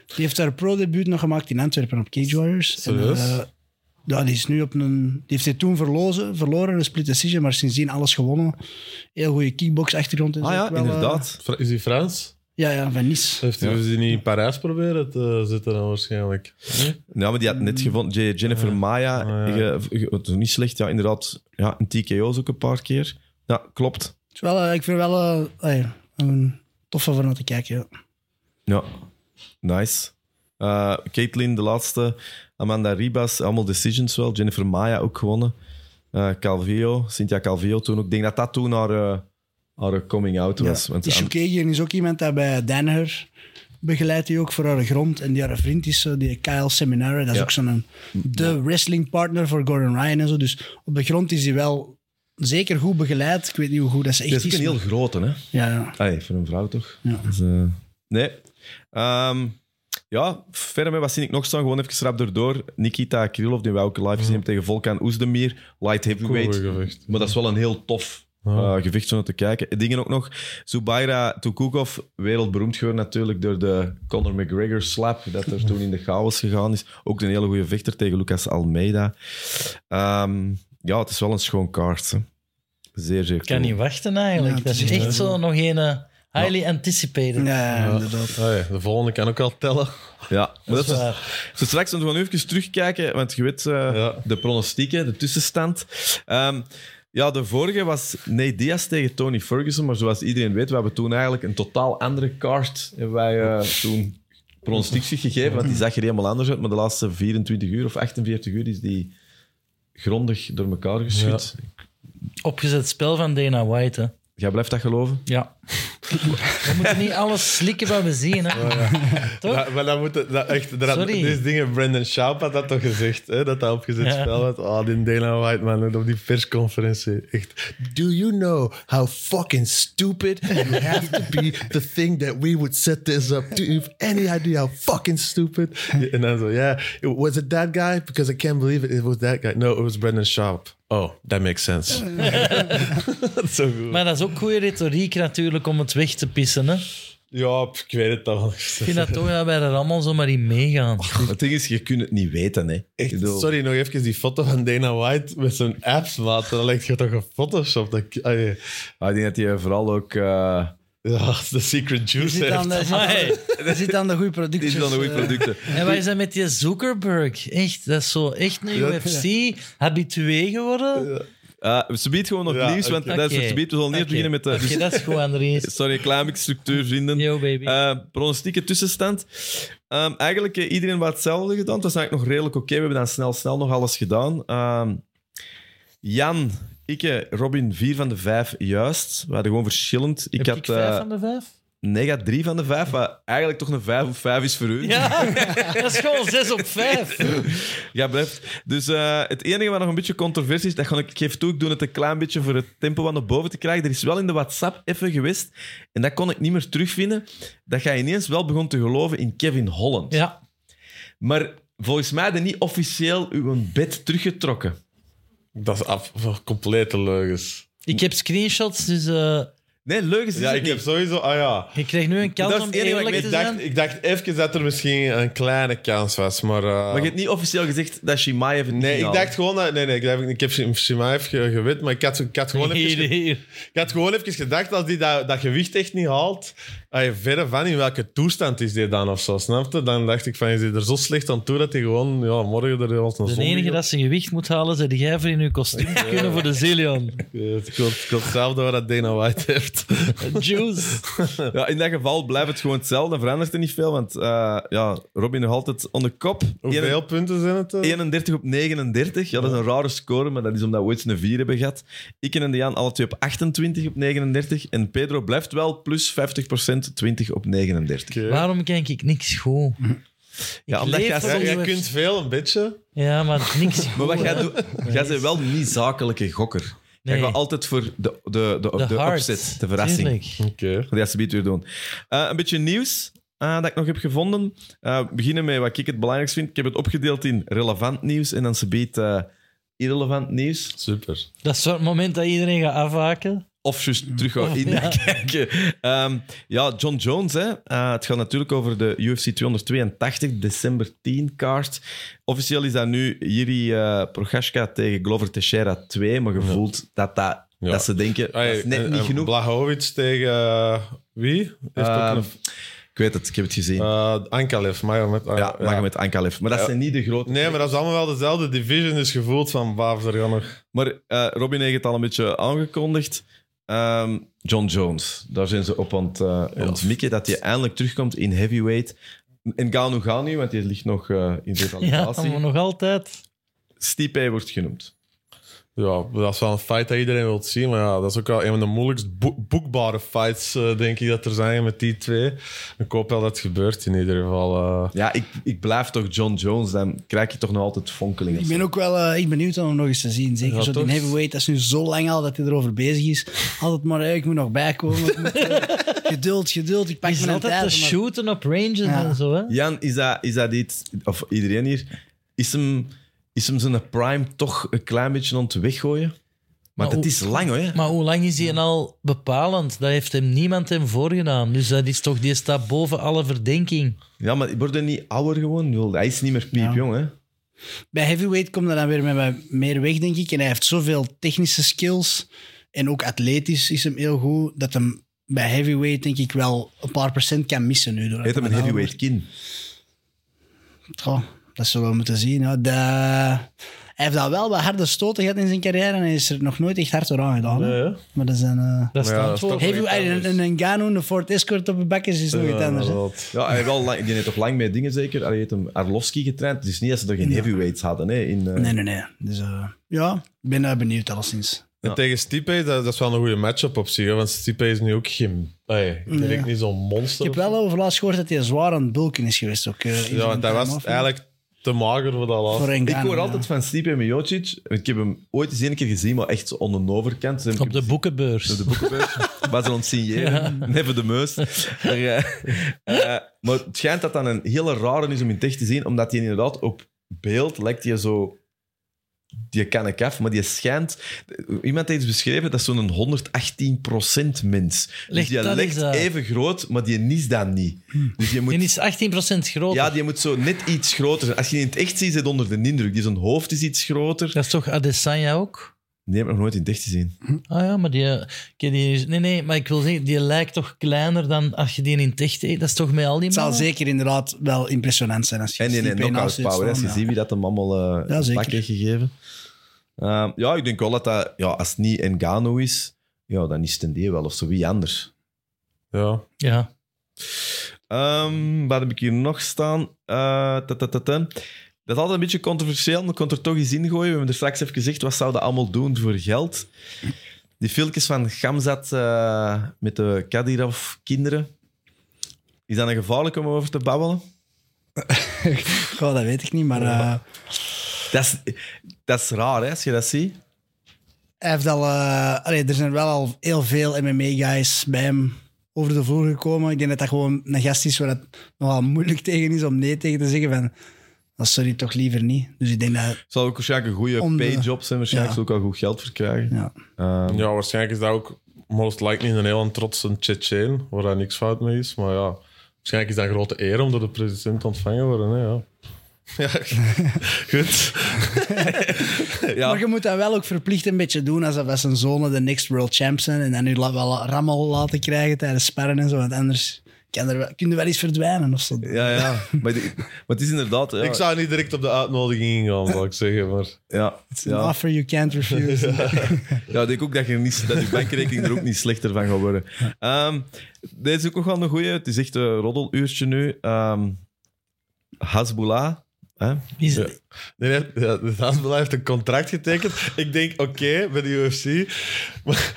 Die heeft haar pro-debuut nog gemaakt in Antwerpen op Cage Warriors. En,
Serieus?
eh, ja, die is nu op een... Die heeft hij toen verlozen, verloren, een split decision, maar sindsdien alles gewonnen. Heel goede kickbox-achtergrond. en zo
Ah ja,
ook wel, eh,
inderdaad.
Fra- Is hij Frans?
ja, ja, van Nice.
Heeft hij heeft hij niet in Parijs proberen te eh, zitten dan waarschijnlijk?
Ja, maar die had
Mm.
net gevonden. Je- Jennifer
Ah,
Maya, ge- ge- het is niet slecht. Ja, inderdaad. Ja, een TKO's ook een paar keer. Ja, klopt.
Het is wel, eh, ik vind wel eh, eh, een toffe voor naar te kijken. Ja.
Ja, nice. Eh Caitlin, de laatste. Amanda Ribas, allemaal decisions wel. Jennifer Maya ook gewonnen. Eh Calvillo, Cynthia Calvillo toen ook. Ik denk dat dat toen haar, eh, haar coming-out was. Want
Die
Am-
Shukagian is ook iemand die bij Danaher begeleidt die ook voor haar grond. En die haar vriend is, eh, die Kyle Seminara. Dat is
Ja.
ook zo'n de wrestling partner voor Gordon Ryan en zo. Dus op de grond is hij wel zeker goed begeleid. Ik weet niet hoe goed dat ze
die
echt
is ook
is.
een heel
maar-
grote, hè?
Ja, ja.
Allee, voor een vrouw toch?
Ja.
Dus, eh, nee. Ehm, ja, verder met wat zie ik nog staan. Gewoon even rap erdoor. Nikita Krylov, die wij ook live gezien hebben tegen Volkan Oezdemir. Light heavyweight.
Cool gevecht.
Maar dat is wel een heel tof eh, gevecht om te kijken. Dingen ook nog. Zubaira Tukukov, wereldberoemd geworden natuurlijk door de Conor McGregor slap. Dat er toen in de chaos gegaan is. Ook een hele goede vechter tegen Lucas Almeida. Ehm, ja, het is wel een schoon kaart. hè. Zeer, zeer
Ik kan
cool.
niet wachten eigenlijk.
Ja,
dat
het
is
is
echt
echt
zo nog een eh, Highly anticipated.
Ja, inderdaad.
Ah, ja, de volgende kan ook al tellen.
Ja, maar dat
Dat is
is,
waar.
dus straks moeten we gewoon even terugkijken, want je weet eh,
Ja.
de pronostieken, de tussenstand. Ehm, ja, de vorige was Nate Diaz tegen Tony Ferguson, maar zoals iedereen weet, we hebben toen eigenlijk een totaal andere card hebben wij eh, toen pronostiekjes gegeven, want die zag er helemaal anders uit, maar de laatste 24 uur of 48 uur is die grondig door elkaar geschud.
Opgezet spel van Dana White. Hè.
Jij blijft dat geloven?
Ja. we moeten niet alles slikken wat we zien. Hè.
Oh,
Toch?
Ja, maar dat moet, dat echt, dat had,
Sorry.
deze dingen, Brandon Schaap had dat toch gezegd, hè, dat dat opgezet
Ja.
spel had. Oh, die Dana White, man, op die persconferentie. Echt. Do you know how fucking stupid you have to be to think that we would set this up? Do you have any idea how fucking stupid? En dan zo, yeah, it- was it that guy? Because I can't believe it, it was that guy. No, it was Brandon Schaap. Oh, that makes sense. dat is zo goed.
Maar dat is ook goede retoriek natuurlijk om het weg te pissen. Hè. Ik
Ja, pff, ik weet het al.
vind dat toch dat wij er allemaal zomaar in meegaan.
Het ding is, je kunt het niet weten, hè. Ik
Echt,
bedoel-
sorry, nog even die foto van Dana White met zijn apps, maat. Dat lijkt je toch een Photoshop. Dat, ah, ja.
Ah, ik denk dat hij vooral ook... eh,
ja, de secret
Je
juice
zit aan
heeft.
de, je zit aan-
Amai.
je zit aan de goede
die
producties.
is dan een goed
eh.
producten.
En wij zijn met die Zuckerberg. Echt, dat is zo echt een UFC-habitué geworden.
Eh ze biedt gewoon nog
Ja,
nieuws, want
oké.
dat is het gebied. We zullen
Oké.
eerst beginnen met eh, de... Dus-
Oké, dat is gewoon er eens.
Sorry, reclamestructuur vinden.
Yo, baby.
Eh, pronostieke tussenstand. Ehm, eigenlijk eh, iedereen wat hetzelfde gedaan. Dat is eigenlijk nog redelijk oké. We hebben dan snel, snel nog alles gedaan. Ehm, Jan, ik, eh, Robin, vier van de vijf juist. We hadden gewoon verschillend. Ik
Heb
had
ik vijf
eh,
van de vijf?
nee, ik had drie van de vijf, wat eigenlijk toch een vijf op vijf is voor u.
Ja, dat is gewoon zes op vijf.
Ja, blijft. Dus eh, het enige wat nog een beetje controversie is, dat ga ik, ik geef toe, ik doe het een klein beetje voor het tempo wat naar boven te krijgen. Er is wel in de WhatsApp even geweest, en dat kon ik niet meer terugvinden, dat jij ineens wel begon te geloven in Kevin Holland.
Ja,
Maar volgens mij hadden niet officieel uw bed teruggetrokken.
Dat is af, van complete leugens.
ik heb screenshots, dus eh,
Nee, leugens is
Ja,
het
ik
niet.
heb sowieso... Ah ja.
je krijgt nu een kans
Dat is
om
het enige wat
eerlijk
ik
te
Ik
zijn.
dacht, ik dacht even dat er misschien een kleine kans was, maar... eh,
Maar je hebt niet officieel gezegd dat Shimaev het
Nee,
niet
ik
haalde.
dacht gewoon dat... Nee, nee, ik heb, ik heb Shimaev ge- gewit, maar ik had, ik had gewoon even...
Hier, hier.
Ik had gewoon even gedacht, als die dat, dat gewicht echt niet haalt, ay, verre van in welke toestand is die dan of zo, snap je? Dan dacht ik van, is die er zo slecht aan toe dat hij gewoon ja, morgen er als een
De
zombie
enige dat zijn gewicht moet halen, zijn jij voor in je kostuum te kunnen voor de Zillion.
Eh, Het klopt, het klopt hetzelfde wat dat Dana White heeft.
Juice.
Ja, in dat geval blijft het gewoon hetzelfde, dan verandert er niet veel, want eh, ja, Robin nog altijd onder kop.
Hoeveel punten zijn het? eh?
31 op 39. Ja, dat is een rare score, maar dat is omdat we ooit een 4 hebben gehad. Ik en Dian alle twee op 28 op 39. En Pedro blijft wel plus 50%, 20 op 39.
Oké.
Waarom kijk ik niks goed? Ik
Ja, omdat
leef
jij-
voor
Ja,
de
jij
UFC.
kunt veel, een beetje.
Ja, maar niks goed.
Maar wat jij
hè.
doet, jij bent wel niet zakelijke gokker.
Nee.
Jij gaat altijd voor de, de, de, de,
De hard.
opzet, de verrassing.
Tuurlijk.
Oké.
Ga die alsjeblieft weer doen. Eh, een beetje nieuws eh, dat ik nog heb gevonden. Eh, we beginnen met wat ik het belangrijkst vind. Ik heb het opgedeeld in relevant nieuws en dan ze biedt eh, irrelevant nieuws.
Super.
Dat is zo het moment dat iedereen gaat afhaken.
Of juist terug gaan in
ja.
kijken. Ehm, ja, John Jones. Hè. Eh, het gaat natuurlijk over de UFC 282, december 10 kaart. Officieel is dat nu Jiri eh Prochaska tegen Glover Teixeira 2. Maar gevoeld dat, dat,
Ja.
dat ze denken, dat is net niet genoeg.
eh, Blahovic tegen eh, wie? Heeft ook
Ehm,
een-
ik weet het, ik heb het gezien.
eh, Ankalev, Magomed. ah,
ja, mag met Ankalev. Maar dat
Ja.
zijn niet de grote...
Nee, maar dat is allemaal wel dezelfde division, dus gevoeld van, baaf, er gaan nog...
Maar eh, Robin heeft het al een beetje aangekondigd. Ehm, John Jones, daar zijn ze op aan het, eh, aan het mikken. Dat hij eindelijk terugkomt in heavyweight. En Ganu gaat niet, want die ligt nog eh, in
Ja,
revalidatie.
maar nog altijd.
Stipe wordt genoemd.
Ja, dat is wel een fight dat iedereen wilt zien. Maar ja, dat is ook wel een van de moeilijkst boek- boekbare fights, eh, denk ik, dat er zijn met die twee. Ik hoop wel dat het gebeurt in ieder geval. eh.
Ja, ik, ik blijf toch John Jones. Dan krijg je toch nog altijd vonkelingen.
Ik ben ook wel eh, echt benieuwd om hem nog eens te zien. Zeker
Ja,
zo die
toch?
heavyweight, dat is nu zo lang al dat hij erover bezig is. Altijd maar, eh, ik moet nog bijkomen. ik moet, eh, geduld, geduld, ik pak
Je is
mijn
altijd te
tijd. maar-
shooten op ranges
Ja.
en zo. Hè?
Jan, is dat, is dat iets... Of iedereen hier... Is hem, is hem zijn prime toch een klein beetje aan het weggooien? Want
Maar
het
Nou, hoe-
is lang, hoor.
Maar hoe lang is hij al bepalend? Dat heeft hem niemand hem voorgedaan. Dus dat is toch, die staat boven alle verdenking.
Ja, maar wordt hij niet ouder gewoon? Ik bedoel, Hij is niet meer piepjong, hè?
Bij heavyweight komt er dan weer met wat meer weg, denk ik. En hij heeft zoveel technische skills. En ook atletisch is hem heel goed. Dat hem bij heavyweight denk ik wel een paar procent kan missen nu. door
Heet hem een
dat
heavyweight kin.
Goh, dat zullen we moeten zien. Ja. De, hij heeft dat wel wat harde stoten gehad in zijn carrière en hij is er nog nooit echt hard door aangedaan. hè.
Ja, ja.
Maar dat zijn... eh
Dat
Maar ja, dat
staat
is
voor.
toch-
Heavy, een, een Ngannou, een Ford Escort op een bak is, is nog iets anders. hè.
inderdaad.
Ja, hij heeft wel lang, die heeft toch lang mee dingen zeker. Hij heeft hem Arlovski getraind. Het is niet dat ze er geen heavyweights hadden. Hè, in, eh,
Nee, nee, nee. Dus eh, ja, ik ben eh, benieuwd alleszins.
En tegen Stipe, dat, dat is wel een goede matchup op zich. hè, Want Stipe is nu ook geen... Hey, ik denk niet zo'n monster.
Ik heb wel over laatst gehoord dat hij zwaar aan het bulken is geweest. Ook, eh, in zijn
Ja, want hij was
time-off.
eigenlijk te mager voor dat
Voor
laatste.
Ngannou,
Ik hoor
ja.
altijd van Stipe Miocic. Ik heb hem ooit eens één keer gezien, maar echt zo onder de overkant. Dus heb
Op
ik
de
hem
boekenbeurs.
gezien op de boekenbeurs. Was er ons signeren. Never the most. Maar, eh, eh, maar het schijnt dat dan een hele rare is om in het echt te zien, omdat hij inderdaad op beeld lijkt hij zo... Die kan ik af, maar die schijnt... Iemand heeft iets beschreven, dat is zo'n 118% mens. Dus
Ligt,
die
dat
lijkt
is, eh,
even groot, maar die is dan niet. Dus je moet
Die is 18% groter.
ja, die moet zo net iets groter zijn. Als je die in het echt ziet, zit onder de indruk. Die zijn hoofd is iets groter.
Dat is toch Adesanya ook?
Die heb ik nog nooit in het echt gezien.
Ah ja, maar die, oké, die is- Nee, nee, maar ik wil zeggen, die lijkt toch kleiner dan als je die in het echt eet. Dat is toch met al die
Het zal
mannen?
zeker inderdaad wel impressionant zijn. Als je
En die
Stipe
en knockout
naast je hebt
power. Als je
staan, ja.
ziet wie dat hem allemaal eh
Ja,
een
zeker.
pak heeft gegeven. Ehm, ja, ik denk wel dat dat... Ja, als het niet Engano is, ja, dan is het een die wel. Of zo, wie anders.
Ja.
Ja.
Ehm, wat heb ik hier nog staan? Eh, ta, ta, ta, ta. Dat is altijd een beetje controversieel, maar ik kon het er toch eens in gooien. We hebben er straks even gezegd, wat zouden allemaal doen voor geld? Die filmpjes van Gamzat eh, met de Kadirov-kinderen. Is dat een gevaarlijk om over te babbelen?
Goh, dat weet ik niet, maar eh,
Dat is, dat is raar, hè, als je dat ziet.
hij heeft al, eh, allee, er zijn wel al heel veel MMA-guys bij hem over de vloer gekomen. Ik denk dat dat gewoon een gast is waar het nogal moeilijk tegen is om nee tegen te zeggen. Van, "Ah, sorry, toch liever niet. Dus ik denk dat...
Zal ook waarschijnlijk een goede
Om de-
payjob zijn. Waarschijnlijk zal
Ja.
ook wel goed geld voor krijgen.
Ja.
Ehm,
ja, waarschijnlijk is dat ook most likely een heel trotse Tsjetsjeen, waar daar niks fout mee is. Maar ja, waarschijnlijk is dat een grote eer om door de president ontvangen te worden. Hè, ja. ja, goed.
Ja.
Maar je moet dat wel ook verplicht een beetje doen alsof dat zijn zonen de next world champs zijn. En dan nu la- wel rammel laten krijgen tijdens sparren en zo. Want anders kan er wel, kun je wel eens verdwijnen of zo.
ja, ja. Maar, die- maar het is inderdaad... Ja,
Ik zou niet direct op de uitnodiging ingaan, zou ik zeggen. Maar
ja,
It's an
ja.
offer you can't refuse.
Ja, ik denk ook dat je, niet, dat je bankrekening er ook niet slechter van gaat worden. Ehm, deze is ook nog wel een goeie. Het is echt een roddeluurtje nu. Ehm Hasbullah. Hè?
Is,
Ja. Nee, nee, ja, de Zaanbela heeft een contract getekend. Ik denk, oké, bij de UFC. Maar,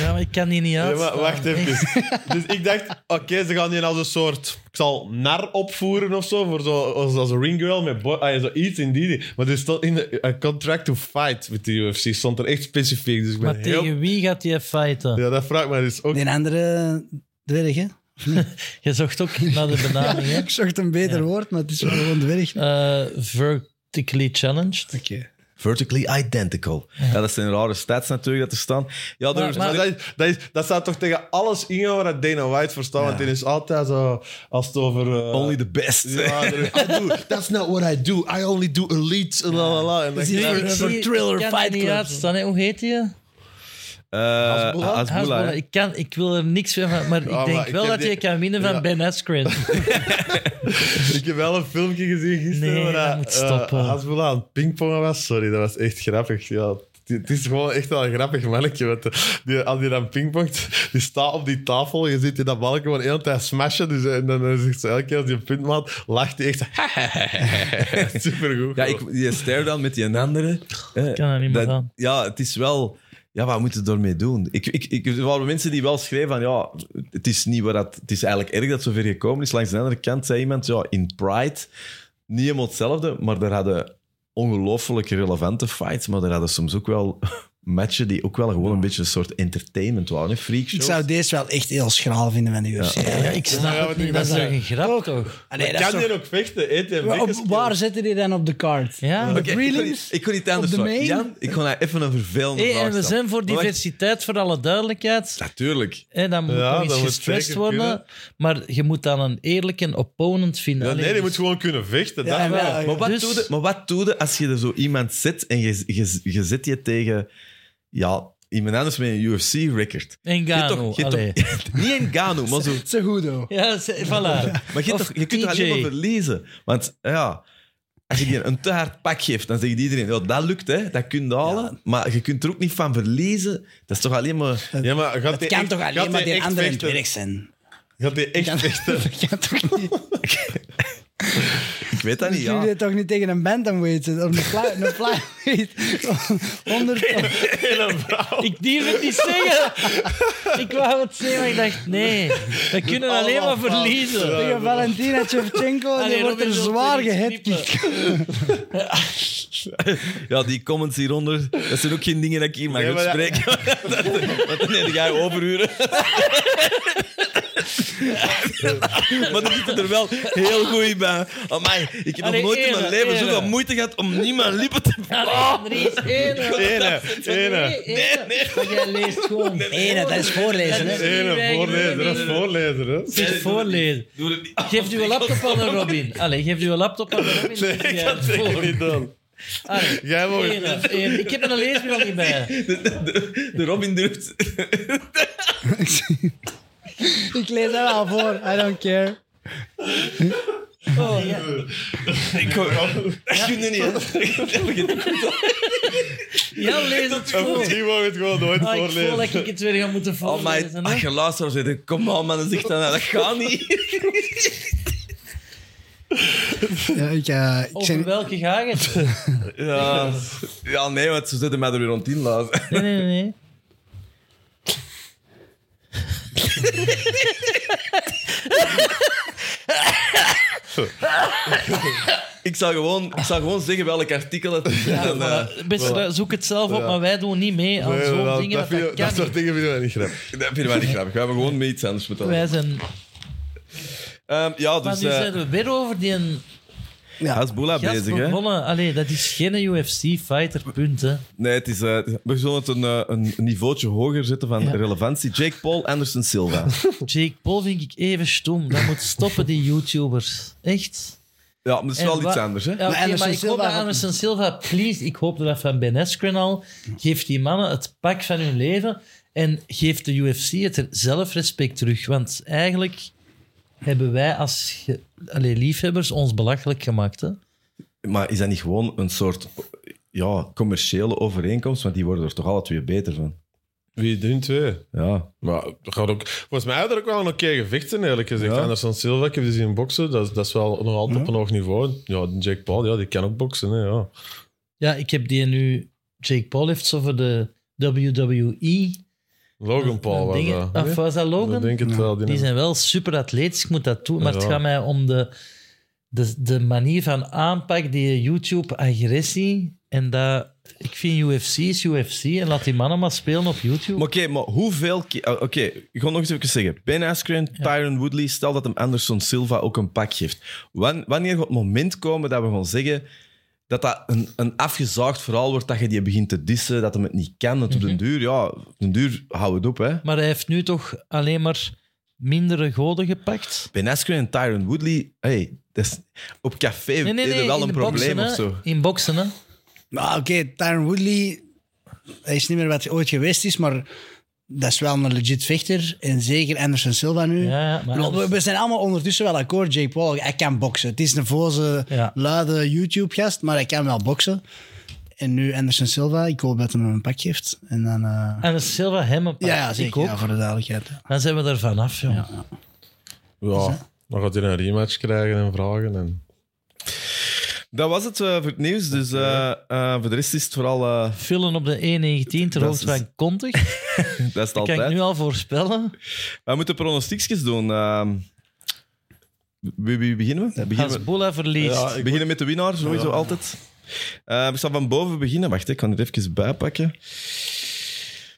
ja, maar ik kan die niet
nee,
uit.
maar wacht even. Dus ik dacht, oké, ze gaan die als een soort... Ik zal nar opvoeren of zo, voor zo, als, als een ringgirl met bo- ah, ja, zoiets in die... Maar er stond in de a contract to fight met de UFC. Stond er echt specifiek. Dus ik ben
Maar
heel...
tegen wie gaat die fighten?
Ja, dat vraagt mij dus ook.
Die andere dwerg, hè?
Je zocht ook naar de benaming, hè?
Ik zocht een beter woord, maar het is wel gewoon dwerg.
Eh, vertically challenged.
Oké.
Vertically identical. Ja. dat zijn rare stats natuurlijk dat er staan. Ja, er-
Maar-
Maar dat, is- dat, is, dat staat toch tegen alles ingaan waar dat Dana White voor staat. Want die is altijd zo... Als het over... eh,
only the best.
Ja, I do. That's not what I do. I only do elites. en la la la. En dan-
Zie je-
Ik
Voor- voor
zie-
Thriller
ik kan
Fight
er niet
Club.
uitstaan, hè. Hoe heet die?
Eh,
Hasbullah?
Hasbullah, hè.
Hasbullah. Ik, kan, ik wil er niks van, maar ik
Ah, maar
denk
ik
wel
heb
dat
die-
je kan winnen van
Ja.
Ben Askren.
Ik heb wel een filmpje gezien gisteren
Nee, dat
waar
moet
eh,
stoppen.
Hasbullah aan het pingpongen was. Sorry, dat was echt grappig. Ja, het- het is gewoon echt wel een grappig mannetje. Want eh, die, als die dan pingpongt, die staat op die tafel. Je ziet die dat balken gewoon de hele tijd smashen. Dus, eh, en dan eh, zegt ze elke keer als die een punt maakt, lacht hij echt. Supergoed.
Ja, ik, die ster dan met die andere. Ik
kan er niet meer aan.
Ja, het is wel... Ja, wat moeten we ermee doen? Ik, ik, ik, er waren mensen die wel schreven van, ja, het is, niet waar dat, het is eigenlijk erg dat het zover gekomen is. Langs de andere kant zei iemand, ja, in Pride, niet helemaal hetzelfde, maar daar hadden ongelooflijk relevante fights, maar daar hadden soms ook wel matchen die ook wel gewoon een beetje een soort entertainment waren. Hè? Freak
Ik
shows.
zou deze wel echt heel schraal vinden van de UFC.
Ja, ik snap
Ja, maar
het
die
niet, dat is
mensen-
toch een grap, toch?
Allee, Ah, dat is
kan
toch-
die ook vechten? Eet die
Maar op-
bekkenskill?
waar zetten die dan op de kaart?
Ja.
Op
Oké,
de
ik kon
prelims?
niet- ik kon niet anders
Op de
vragen.
main?
Jan, ik kon daar even een vervelende
Hey,
vraag
en we
stellen.
zijn voor
Maar wacht,
diversiteit, voor alle duidelijkheid.
Natuurlijk.
Hè, dan moet
Ja,
nog
dat
eens
moet
gestrest
zeker
worden.
kunnen.
Maar je moet dan een eerlijke opponent vinden.
Ja,
Allee,
nee, die
dus-
moet gewoon kunnen vechten.
Ja,
dat
en
wel.
wel-
Maar wat,
Dus-
doe je, maar wat doe je als je er zo iemand zit en je, je, je zit je tegen ja, iemand anders met een UFC-record.
En Gano, allee.
niet een Gano, maar zo.
Het is goed, hoor.
Ja, ze- voilà.
Maar je,
Of
toch, je kunt toch
TJ.
alleen maar verliezen. Want ja, als je die een te hard pak geeft, dan zegt iedereen: "Ja, dat lukt, hè, dat kun je halen. Maar je kunt er ook niet van verliezen. Dat is toch alleen maar.
Ja, maar gaat
Het
die
kan
echt-
toch
gaat
alleen
die
maar die
echt
andere in het
vechten?
werk zijn?
Gaat die echt
Kan-
vechten?
Dat kan toch niet?
Ik weet dat niet.
Jullie
Ja.
dit toch niet tegen een bantamweight zitten? Of een fly- een flyweight? 100...
Ik durf het niet zeggen. Ik wou het zeggen, maar ik dacht, nee. We kunnen alleen maar verliezen.
Tegen Valentina Shevchenko, die
Allee,
wordt er
Robin,
zwaar
wil er iets
gehit.
ja, die comments hieronder, dat zijn ook geen dingen dat ik hier mag
Nee, maar dat-
uitspreken. Want dan ga je overuren. maar die zitten er wel heel goed bij. Amai, ik heb
Allee,
nog nooit in
ere,
mijn leven
ere.
zoveel moeite gehad om niet mijn lippen te...
Allee, Er is één.
Ene, ene.
Nee, nee. Maar jij leest gewoon.
Nee, dat is voorlezen, hè.
Ene, voorlezer, dat is voorlezer. Hè?
Zeg voorlezen.
Doe het niet.
Geef uw laptop aan een Robin. Allee, geef uw laptop aan een Robin.
Nee,
Dan jij
dat
het
zeg ik
voor.
niet dan.
Allee,
Jij mag...
één, één. Ik heb er een leesbril niet bij.
De, de- de Robin durft...
Ik lees dat wel voor. I don't care.
Oh, ja.
Ik hoor Dat kun je niet. hè.
ja, lees het
En
voor.
Misschien mag het gewoon nooit
Ah, ik voel dat
voorlezen.
ik het weer ga moeten
Oh my,
voorlezen. hè.
als je luisteraar zit, kom aan man, en zeg dan, "Nou, dat gaat niet.
Ja, ik, eh, ik
Over
ben-
welke ga je het?
Ja, ja nee, want ze zitten mij er weer rond in luisteren.
Nee, nee, nee.
Ik zou gewoon, ik zou gewoon zeggen welk artikel het is.
Ja,
En, eh,
voilà. Beste, zoek het zelf op, maar wij doen niet mee aan
Nee,
zo'n
dat-
dingen. Dat,
dat vind
dat
je- Dat
kan
soort
niet.
dingen vinden wij niet grappig.
dat vinden wij niet grappig. We hebben gewoon mee iets anders moeten doen.
Wij zijn...
Ehm, ja,
Maar
dus...
nu zijn
eh
we weer over die een
ja.
Hasbullah
gast
bezig, hè?
begonnen. Allee, dat is geen UFC-fighter, punt, hè.
Nee, het is, eh, we zullen het een, eh, een niveautje hoger zetten van
Ja.
relevantie. Jake Paul, Anderson Silva.
Jake Paul vind ik even stom. Dat moet stoppen, die YouTubers. Echt.
Ja, maar dat is
En
wel
wa-
iets anders, hè?
Ja, oké,
Anderson
maar ik hoop
Silva
dat
had-
Anderson Silva, please, ik hoop dat van Ben Askren al, geeft die mannen het pak van hun leven en geeft de UFC het er zelfrespect terug. Want eigenlijk hebben wij als ge- allee, liefhebbers ons belachelijk gemaakt. Hè?
Maar is dat niet gewoon een soort ja, commerciële overeenkomst? Want die worden er toch alle twee beter van.
Wie doen twee?
Ja.
Maar dat gaat ook, volgens mij had er ook wel een oké gevechten, eerlijk gezegd.
Ja.
Anderson Silva, ik heb die zien boksen, dat, is- dat is wel nog altijd op een hoog niveau. Ja, die Jake Paul, ja, die kan ook boksen. Hè, ja.
Ja, ik heb die nu... Jake Paul heeft zo voor de WWE...
Logan Paul was
dingen,
dat.
Of was dat Logan?
Ik denk het wel. Die,
Die zijn wel super atletisch, ik moet dat doen. Maar het
Ja.
gaat mij om de, de, de manier van aanpak, die YouTube-agressie. En dat, ik vind UFC is UFC en laat die mannen maar spelen op YouTube.
Maar oké, maar hoeveel... ke- ah, Oké, ik ga nog eens even zeggen. Ben Askren, Tyron Woodley, stel dat hem Anderson Silva ook een pak geeft. Wan- Wanneer gaat het moment komen dat we gaan zeggen dat dat een, een afgezaagd verhaal wordt, dat je die begint te dissen, dat hem het niet kan? Want op
Mhm.
den duur, ja, op den duur, hou het op, hè.
Maar hij heeft nu toch alleen maar mindere goden gepakt.
Ben Askren en Tyron Woodley, hey, dat is, op café
Nee, nee,
is
nee.
er wel
in
een
de
probleem
boksen,
of
hè.
zo.
In boksen, hè.
Maar oké, Tyron Woodley hij is niet meer wat hij ooit geweest is, maar dat is wel een legit vechter. En zeker Anderson Silva nu.
Ja, ja,
Ik
maar
bedoel, we, we zijn allemaal ondertussen wel akkoord. Jake Paul, hij kan boksen. Het is een voze,
Ja.
luide YouTube-gast, maar hij kan wel boksen. En nu Anderson Silva, ik hoop dat hij hem een pak geeft. En dan... eh,
En als Silva hem een pak.
ja, ja,
ik
zeker.
ook.
Ja, voor de duidelijkheid.
Dan zijn we er vanaf, joh.
ja, dan gaat hij een rematch krijgen en vragen. En...
Dat was het eh, voor het nieuws. Dus eh, eh, voor de rest is het vooral... eh,
Vullen op de 1.19 ter
Dat
hoogte
is-
van Kontig.
dat is het
Dat kan ik
altijd.
nu al voorspellen.
We moeten pronostiekjes doen. ehm. wie, wie beginnen we? Beginnen we
Hasbullah verliest.
Ja,
beginnen met de winnaar, sowieso altijd. Eh, ik zal van boven beginnen. Wacht, ik kan dit even bijpakken.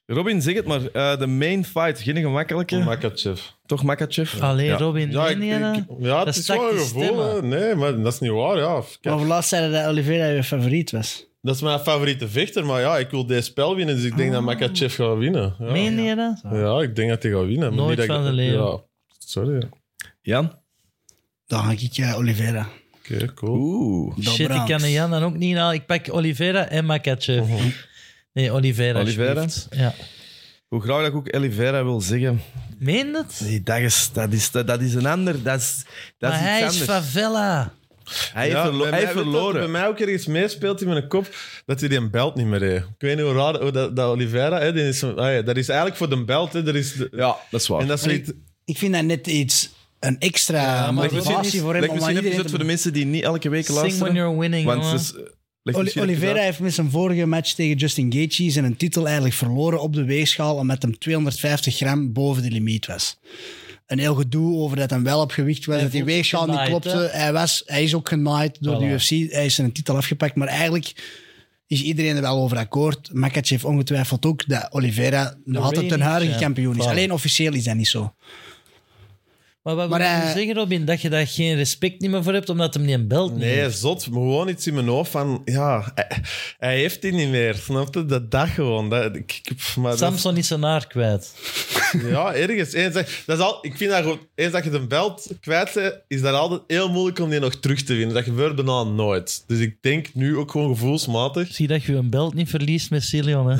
Robin, zeg het maar. Eh, de main fight, geen gemakkelijke.
eh,
Makachev.
Toch Makachev?
Alleen
Ja.
Robin,
Ja,
ja,
ik, ik- ja, het
eh, dat
is gewoon een
tactisch
gevoel.
stemmen.
hè. Nee, maar dat is niet waar. Ja.
Maar
Kijk,
voor laatst zeiden dat Oliveira je favoriet was.
dat is mijn favoriete vechter, maar ja, ik wil deze spel winnen, dus ik denk
Ah.
dat Makachev gaat winnen. Ja.
Meen je dat?
Ja, ik denk dat hij gaat winnen. maar
Nooit
niet dat ik-
van de leeuw.
Ja, sorry.
Jan?
Dan ga ik eh, Oliveira.
Oké, cool.
Oeh.
Dan
Shit, ik
Brandt.
Oh,
kan de Jan dan ook niet halen. Ik pak Oliveira en Makachev. Nee, Oliveira.
Oliveira?
alsjeblieft. Ja.
Hoe graag dat ik ook Oliveira wil zeggen.
Meen dat?
Nee, dat is, dat is, dat, dat is een ander. Dat is, dat is
maar
iets
hij
anders.
is favela.
hij heeft
Ja,
verlo-
bij
hij
mij-
heeft
weet je wat
verloren.
Bij mij ook ergens meespeelt in mijn kop dat hij die belt niet meer heeft. Ik weet niet hoe raar hoe dat, dat Oliveira, hè, die is, ah ja, dat is eigenlijk voor de belt. Hè, dat is de-
Ja, dat is waar.
En dat is
Maar
zoiets-
ik, ik vind dat net iets, een extra
Leg misschien,
motivatie voor hem.
leg
om aan
misschien even
iedereen
uit
te-
voor de mensen die niet elke week
Sing when
luisteren.
you're winning,
Want
jongen.
het is- leg
Oli-
misschien even
Oliveira
uit.
heeft met zijn vorige match tegen Justin Gaethje zijn titel eigenlijk verloren op de weegschaal omdat hem 250 gram boven de limiet was. Een heel gedoe over dat hij wel op gewicht was,
Hij
dat die
voelt zich
weegschaal niet
genaaid,
klopte. Hij, was, hij is ook genaaid door
Voilà.
de UFC, hij is zijn titel afgepakt, maar eigenlijk is iedereen er wel over akkoord. Makachev ongetwijfeld ook dat Oliveira nog altijd een
reigning
huidige
champ.
kampioen is.
Voilà.
Alleen officieel is dat niet zo.
Maar wat
Maar eh,
wil je
hij-
zeggen, Robin? Dat je daar geen respect niet meer voor hebt, omdat hem niet belt? niet
Nee,
meer?
zot. Maar gewoon iets in mijn hoofd van... Ja, hij, hij heeft die niet meer. Snap je? Dat dag gewoon. Dat, ik, ik- pff, maar dat-
Samson is zijn haar kwijt.
ja, ergens. Eens dat, dat is al, ik vind dat gewoon... Eens dat je de belt kwijt bent, is dat altijd heel moeilijk om die nog terug te winnen. Dat gebeurt bijna nooit. Dus ik denk nu ook gewoon gevoelsmatig...
Zie dat je een belt niet verliest met Cilion, hè?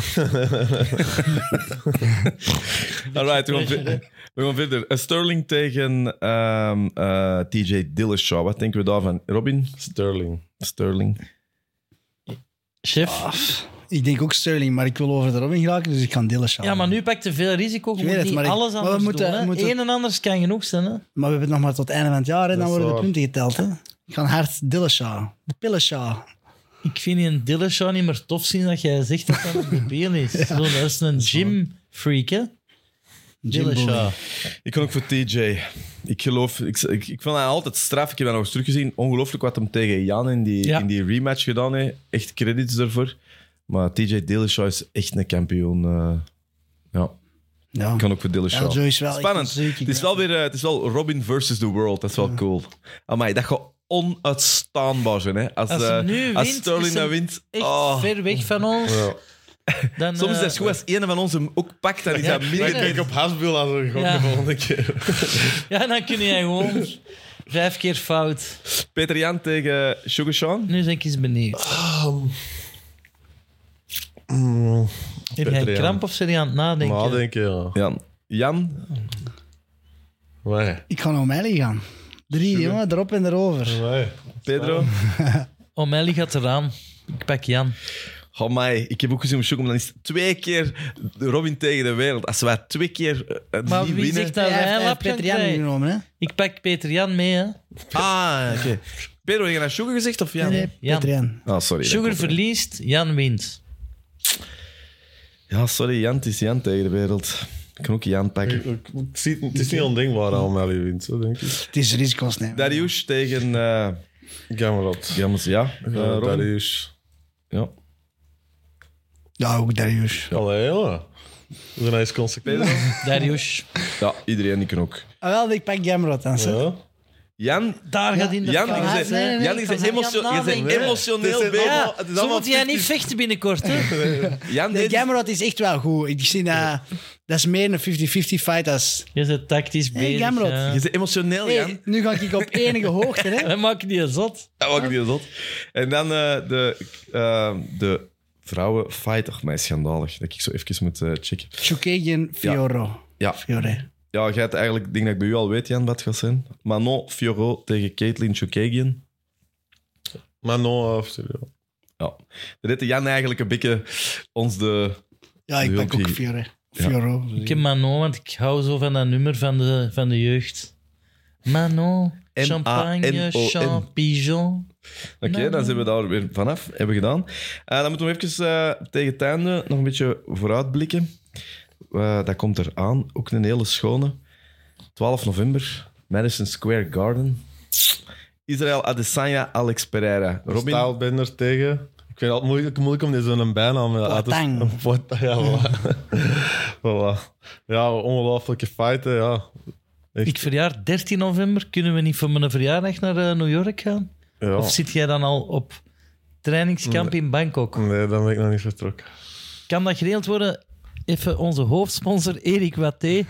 Alright, we gaan, ver- we gaan verder. Eh, Sterling tegen ehm, eh, TJ Dillashaw. Wat denken we daarvan? Robin?
Sterling.
Sterling.
Chef.
Ah.
Ik denk ook Sterling, maar ik wil over de Robin geraken, dus ik ga Dillashaw.
ja, maar nu pak je veel risico. Je
weet
moet
het,
niet
maar ik-
alles
maar we
anders
moeten-
doen. hè.
we moeten-
Eén en anders kan genoeg zijn, hè?
Maar we hebben het nog maar tot het einde van het jaar en
Dat
dan
is
worden de
waar.
punten geteld. Hè? Ik ga hard Dillashaw. De Pillashaw.
Ik vind die een Dillashaw niet meer tof zien dat jij zegt dat dat een debiel is. Zo, dat is een gym-freak, hè? Dillashaw.
Ik kan ook voor TJ. Ik geloof, ik, ik, ik vond hij altijd straf. Ik heb dat nog eens teruggezien. Ongelooflijk wat hem tegen Jan in die,
Ja.
in die rematch gedaan heeft. Echt credits daarvoor. Maar TJ Dillashaw is echt een kampioen. eh. ja,
Ja.
ik kan ook voor
Ja,
Dillashaw.
zo is wel echt
Spannend.
een zieke
Het is
guy.
wel weer eh, het is wel Robin versus the world. Dat is wel cool. Amai, dat gaat onuitstaanbaar zijn. Hè? Als,
Als hij
eh,
nu
als
wint,
Sterling
is
dat
hem
wint.
Echt
oh.
ver weg van ons.
Ja.
Dan,
Soms is
eh,
dat goed als een van ons hem ook pakt. Dan is
Ja,
dat minder.
Ik denk op Hasbul als een gok
Ja.
de volgende keer.
Ja, dan kun jij gewoon vijf keer fout.
Peter Jan tegen Sugar Sean.
Nu ben ik eens benieuwd.
Ehm.
Mm,
Heb jij
Peter Jan.
kramp of zit je aan het nadenken?
maar denk je, ja.
Jan. Jan.
Nee.
Ik ga naar O'Malley gaan. Drie, jongen, erop en erover.
Nee.
Pedro.
O'Malley gaat eraan. Ik pak Jan.
Oh mij, ik heb ook gezien om Sugar, dan is het twee keer Robin tegen de wereld. Als wij twee keer eh, eh,
Maar
niet
wie
winnen.
zegt dat wij een lap gaan
Petrian
krijgen?
ingenomen, hè?
Ik pak Peter Jan mee, hè.
Ah, oké. Pedro, heb je naar Sugar gezegd of Jan?
Nee,
Jan.
Petrian.
Ah, sorry. dat
Sugar
klopt.
verliest, Jan wint.
Ja, sorry, Jan. Het is Jan tegen de wereld. Ik kan ook Jan pakken.
Ik- ik- ik zie Het het is niet ondenkbaar om Melly wint, zo denk ik.
Het is risico's nemen.
Darius tegen... eh
Gamrot.
Jammers, ja. eh,
Ja,
Robin.
Darius.
Ja.
Ja, ook Darius.
Allee, jongen. We zijn eens consequent.
Darius.
ja, iedereen die kan ook.
Ah, wel, ik pak Gamrot dan. hè.
Ja.
Jan,
Daar gaat in de
Jan,
fout,
je
Ah,
bent-
hè.
Jan, je bent
Jan
emotio- je bent
nadenken.
emotioneel
Het is
bezig.
allemaal-
Ja,
het is
zo
allemaal
moet jij niet vechten binnenkort, hè.
Jan,
Nee,
dit-
Gamrot is echt wel goed. Ik zie dat... Dat is meer een 50-50 fight als...
Je bent tactisch
Hey,
bezig.
Gamrot.
ja.
je bent emotioneel, Oh, Jan.
Hey, nu ga ik op enige hoogte, hè?
Wij maken die zot.
Dat maakt niet zot. En dan eh, de, eh de vrouwenfight. Ach, mij schandalig. Dat ik zo even moet eh, checken.
Chukagian Fioro.
Ja.
Fiore.
Ja, jij hebt eigenlijk... Ik denk dat ik bij u al weet, Jan, wat het gaat zijn. Manon Fioro tegen Caitlin Chukagian.
Maar no after. ja.
Ja. Daar heeft Jan eigenlijk een beetje ons de...
Ja, ik
Heel
pak ook
die-
Fiore.
Ja.
Fioro.
Ik heb Manon, want ik hou zo van dat nummer van de, van de jeugd. Manon, champagne,
M-A-N-O-N.
champignon.
Oké,
Nou,
dan
nou.
zijn we daar weer vanaf. Hebben we gedaan. Eh, dan moeten we even eh, tegen het einde nog een beetje vooruitblikken. Eh, dat komt eraan. Ook een hele schone. 12 november, Madison Square Garden. Israël Adesanya, Alex Pereira. Robin,
Staalbender tegen. Ik vind het altijd moeilijk, moeilijk om dit zo'n bijnaam eh, uit te
Boateng.
Boateng, Ja, voilà. Voilà. Ja, ongelooflijke feiten, ja.
Ik verjaar 13 november. Kunnen we niet voor mijn verjaardag naar eh, New York gaan?
ja. Mm.
Of zit jij dan al op trainingskamp in Bangkok?
Nee, dan ben ik nog niet vertrokken.
Kan dat geregeld worden? Even onze hoofdsponsor Erik Watté.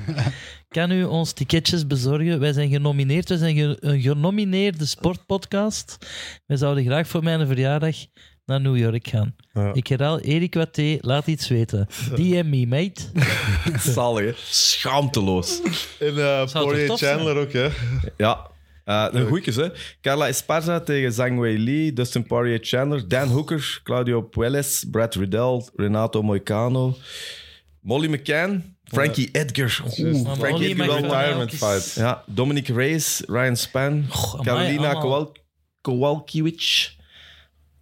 Kan u ons ticketjes bezorgen? Wij zijn genomineerd. Wij zijn ge- een genomineerde sportpodcast. Wij zouden graag voor mijn verjaardag naar New York gaan.
Ja.
Ik herhaal, Erik Watté, laat iets weten. DM me, mate.
Zalig, hè? Schaamteloos.
En eh
Zou toch
Poirier
tof
Chandler ook, hè?
Ja. Eh een goeiekes, hè. Carla Esparza tegen Zhang Wei Li, Dustin Poirier Chandler, Dan Hooker, Claudio Puelles, Brad Riddell, Renato Moicano, Molly McCann, Frankie Edgar. Oeh,
Molly
Frankie Edgar.
McCann.
wel waar.
Retirement fight.
Ja, Dominic Reyes, Ryan Span,
amai,
Carolina
allemaal.
Kowal Kowalkiewicz.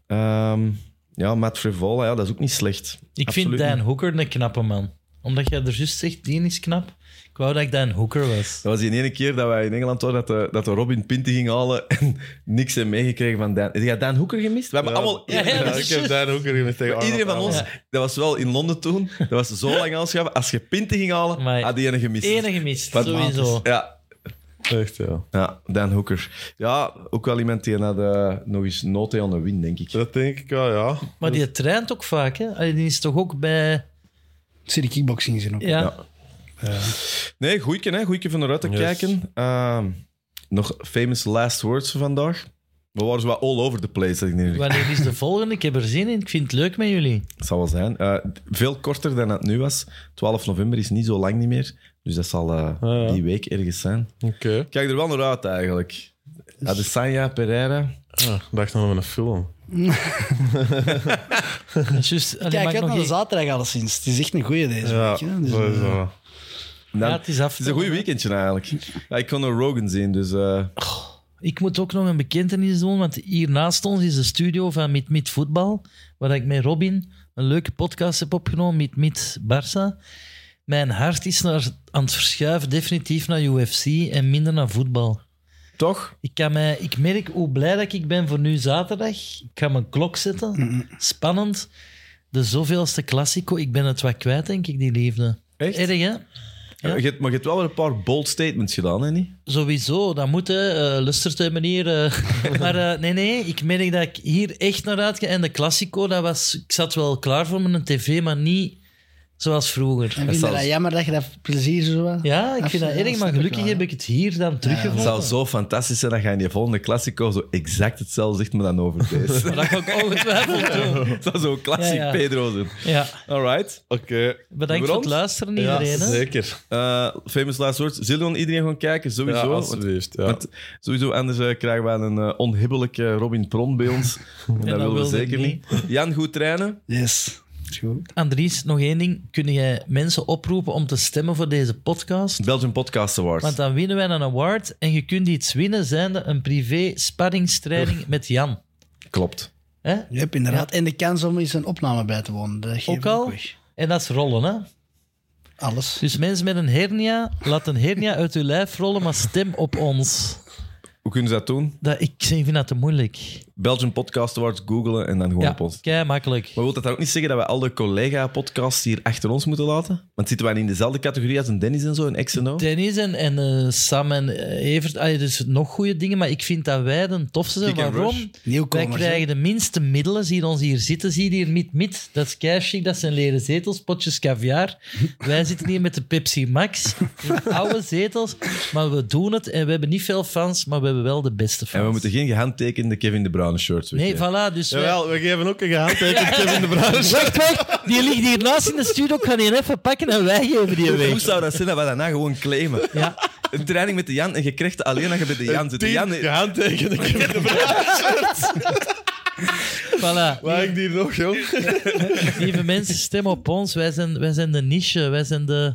Ehm, ja, Matt Frivola, ja, dat is ook niet slecht.
Ik
Absoluut
vind Dan
niet.
Hooker een knappe man. Omdat jij er juist zegt, die is knap. Ik wou dat ik Dan Hooker
Dat
was.
was die ene keer dat wij in Engeland waren, dat de, dat de Robin Pinty ging halen en niks hebben meegekregen van Dan. Heb jij Dan Hoeker gemist? We hebben allemaal...
Ja, ja, dat
ik
is
heb
juist.
daar ook weer met tegen
Iedereen van
Arnold
ons,
Allen.
dat was wel in Londen toen, dat was zo lang aanschaffen. Als je Pinty ging halen,
Amai.
had die ene gemist.
Enige gemist,
Wat
sowieso.
Ja,
Echt, ja.
ja, Dan Hoeker. Ja, ook wel iemand die had, eh, nog eens nood heeft aan de win, denk ik.
Dat denk ik wel, ja.
Maar die traint ook vaak, hè? Allee, die is toch ook bij...
Zit de kickboxing in ook.
Ja,
Ja. Nee, goeieke, hè. Goeieke van eruit te
Yes.
kijken. Ehm, nog famous last words van vandaag. We waren zo wat all over the place, had ik niet
wanneer is de volgende? Ik heb er zin in. Ik vind het leuk met jullie.
Het zal wel zijn. Eh, veel korter dan het nu was. 12 november is niet zo lang niet meer. Dus dat zal eh,
Ah, ja.
die week ergens zijn.
Oké.
Ik kijk er wel naar uit eigenlijk.
Dus-
Adesanya, Pereira.
Ah, ik dacht nog aan een film.
Dat is juist- allee,
Kijk
maak
uit
nog
naar de
één-
zaterdag alleszins. Het is echt een goeie deze
Ja,
week. Hè? Dus, eh,
sowieso.
Dan-
Ja,
het
het is af.
is een goed weekendje eigenlijk. Ja, ik kon een Rogan zien, dus... eh,
Ik moet ook nog een bekentenis doen, want hier naast ons is de studio van Mit Mit Voetbal, waar ik met Robin een leuke podcast heb opgenomen, Mit Mit Barça. Mijn hart is naar, aan het verschuiven definitief naar UFC en minder naar voetbal.
toch?
Ik, kan mij, ik merk hoe blij dat ik ben voor nu zaterdag. Ik ga mijn klok zetten. Spannend. De zoveelste Classico. Ik ben het wat kwijt, denk ik, die liefde.
Echt?
Erg, hè? Ja.
Je hebt, maar je hebt wel weer een paar bold statements gedaan, hè, niet?
Sowieso, dat moet, hè. Eh, lustert, hè, meneer. eh. maar eh, nee, nee, ik merk dat ik hier echt naar uitkijk. En de Classico, dat was... Ik zat wel klaar voor mijn tv, maar niet zoals vroeger.
En vind je
zal-
dat jammer dat je dat plezier zo... wat-
Ja, ik vind dat
Absoluut,
erg,
snap
maar
ik
gelukkig
wel,
heb
ja.
ik het hier dan
Het
teruggevonden.
zou zo fantastisch zijn dat je in je volgende Classico zo exact hetzelfde zegt, maar dan over deze.
Maar dat ga ik ongetwijfeld doen.
Het zou zo'n classic
Ja, ja.
Pedro zijn.
Ja,
All right.
Oké.
bedankt voor het
Rond?
luisteren,
Ja,
iedereen. hè.
zeker.
Eh, famous last words. Zullen we iedereen gaan kijken?
Ja,
Sowieso. Want-
alsjeblieft. Ja.
Want sowieso, anders eh, krijgen we een eh, onhibbelijke Robin Pron bij ons. dat willen we
wilde ik
zeker niet.
niet.
Jan, goed trainen.
Yes. Is Goed.
Andries, nog één ding. Kun jij mensen oproepen om te stemmen voor deze podcast?
Belgium Podcast Awards.
Want dan winnen wij een award en je kunt iets winnen, zijnde een privé sparringstrijding met Jan.
Klopt.
Hè?
Yep, inderdaad. En de kans om eens een opname bij te wonen. Dat geef
Ook
ik
al?
weg.
En dat is rollen, hè?
Alles.
Dus mensen met een hernia, laat een hernia uit uw lijf rollen, maar stem op ons.
Hoe kunnen ze dat doen?
Dat, ik vind dat te moeilijk.
Belgium Podcast Awards googelen en dan gewoon
Ja,
op ons.
kei makkelijk.
Maar wil dat dan ook niet zeggen dat we al de collega-podcasts hier achter ons moeten laten? Want zitten wij niet in dezelfde categorie als een Dennis en zo, een XNO?
Dennis en, en eh, Sam en eh, Evert, ah, dus nog goede dingen, maar ik vind dat wij de tofste zijn.
Kick and
Waarom?
rush.
Wij
Nieuwkomers. hè.
krijgen de minste middelen. Zie je ons hier zitten, zie je hier mit-mit. Dat is keischic, dat zijn leren zetels, potjes caviar. Wij zitten hier met de Pepsi Max, in oude zetels. Maar we doen het en we hebben niet veel fans, maar we hebben wel de beste fans.
En we moeten geen gehandtekende Kevin De Bruyne shirts
Nee,
weggeven.
voilà, dus wij-
Jawel, we geven ook een gehandtekend Kevin de Bruyne.
Wacht, wacht. Die ligt hiernaast in de studio. Ik ga die even pakken en wij geven die
Hoe-
weg.
Hoe zou dat zijn dat wij daarna gewoon claimen?
Ja.
Een training met de Jan en je krijgt alleen dat je bij de Jan zit. De
Tien
Jan,
gehandtekende Kevin de Bruyne.
Voilà.
Waar ik die nog, joh?
Lieve mensen, stem op ons. Wij zijn, wij zijn de niche. Wij zijn de,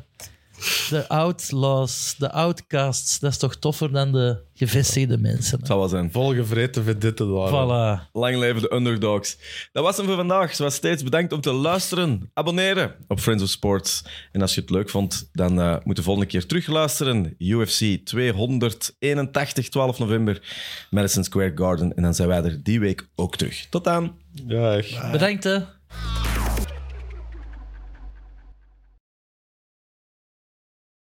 de outlaws, de outcasts. Dat is toch toffer dan de gevestigde mensen. hè?
zal wel zijn.
Volgevreten vedette daar.
Voilà.
Lang leven de underdogs. Dat was hem voor vandaag. Zoals steeds, bedankt om te luisteren. Abonneren op Friends of Sports. En als je het leuk vond, dan eh, moet je volgende keer terugluisteren. UFC 281, 12 november, Madison Square Garden. En dan zijn wij er die week ook terug. Tot dan.
Ja, echt.
Bedankt, hè.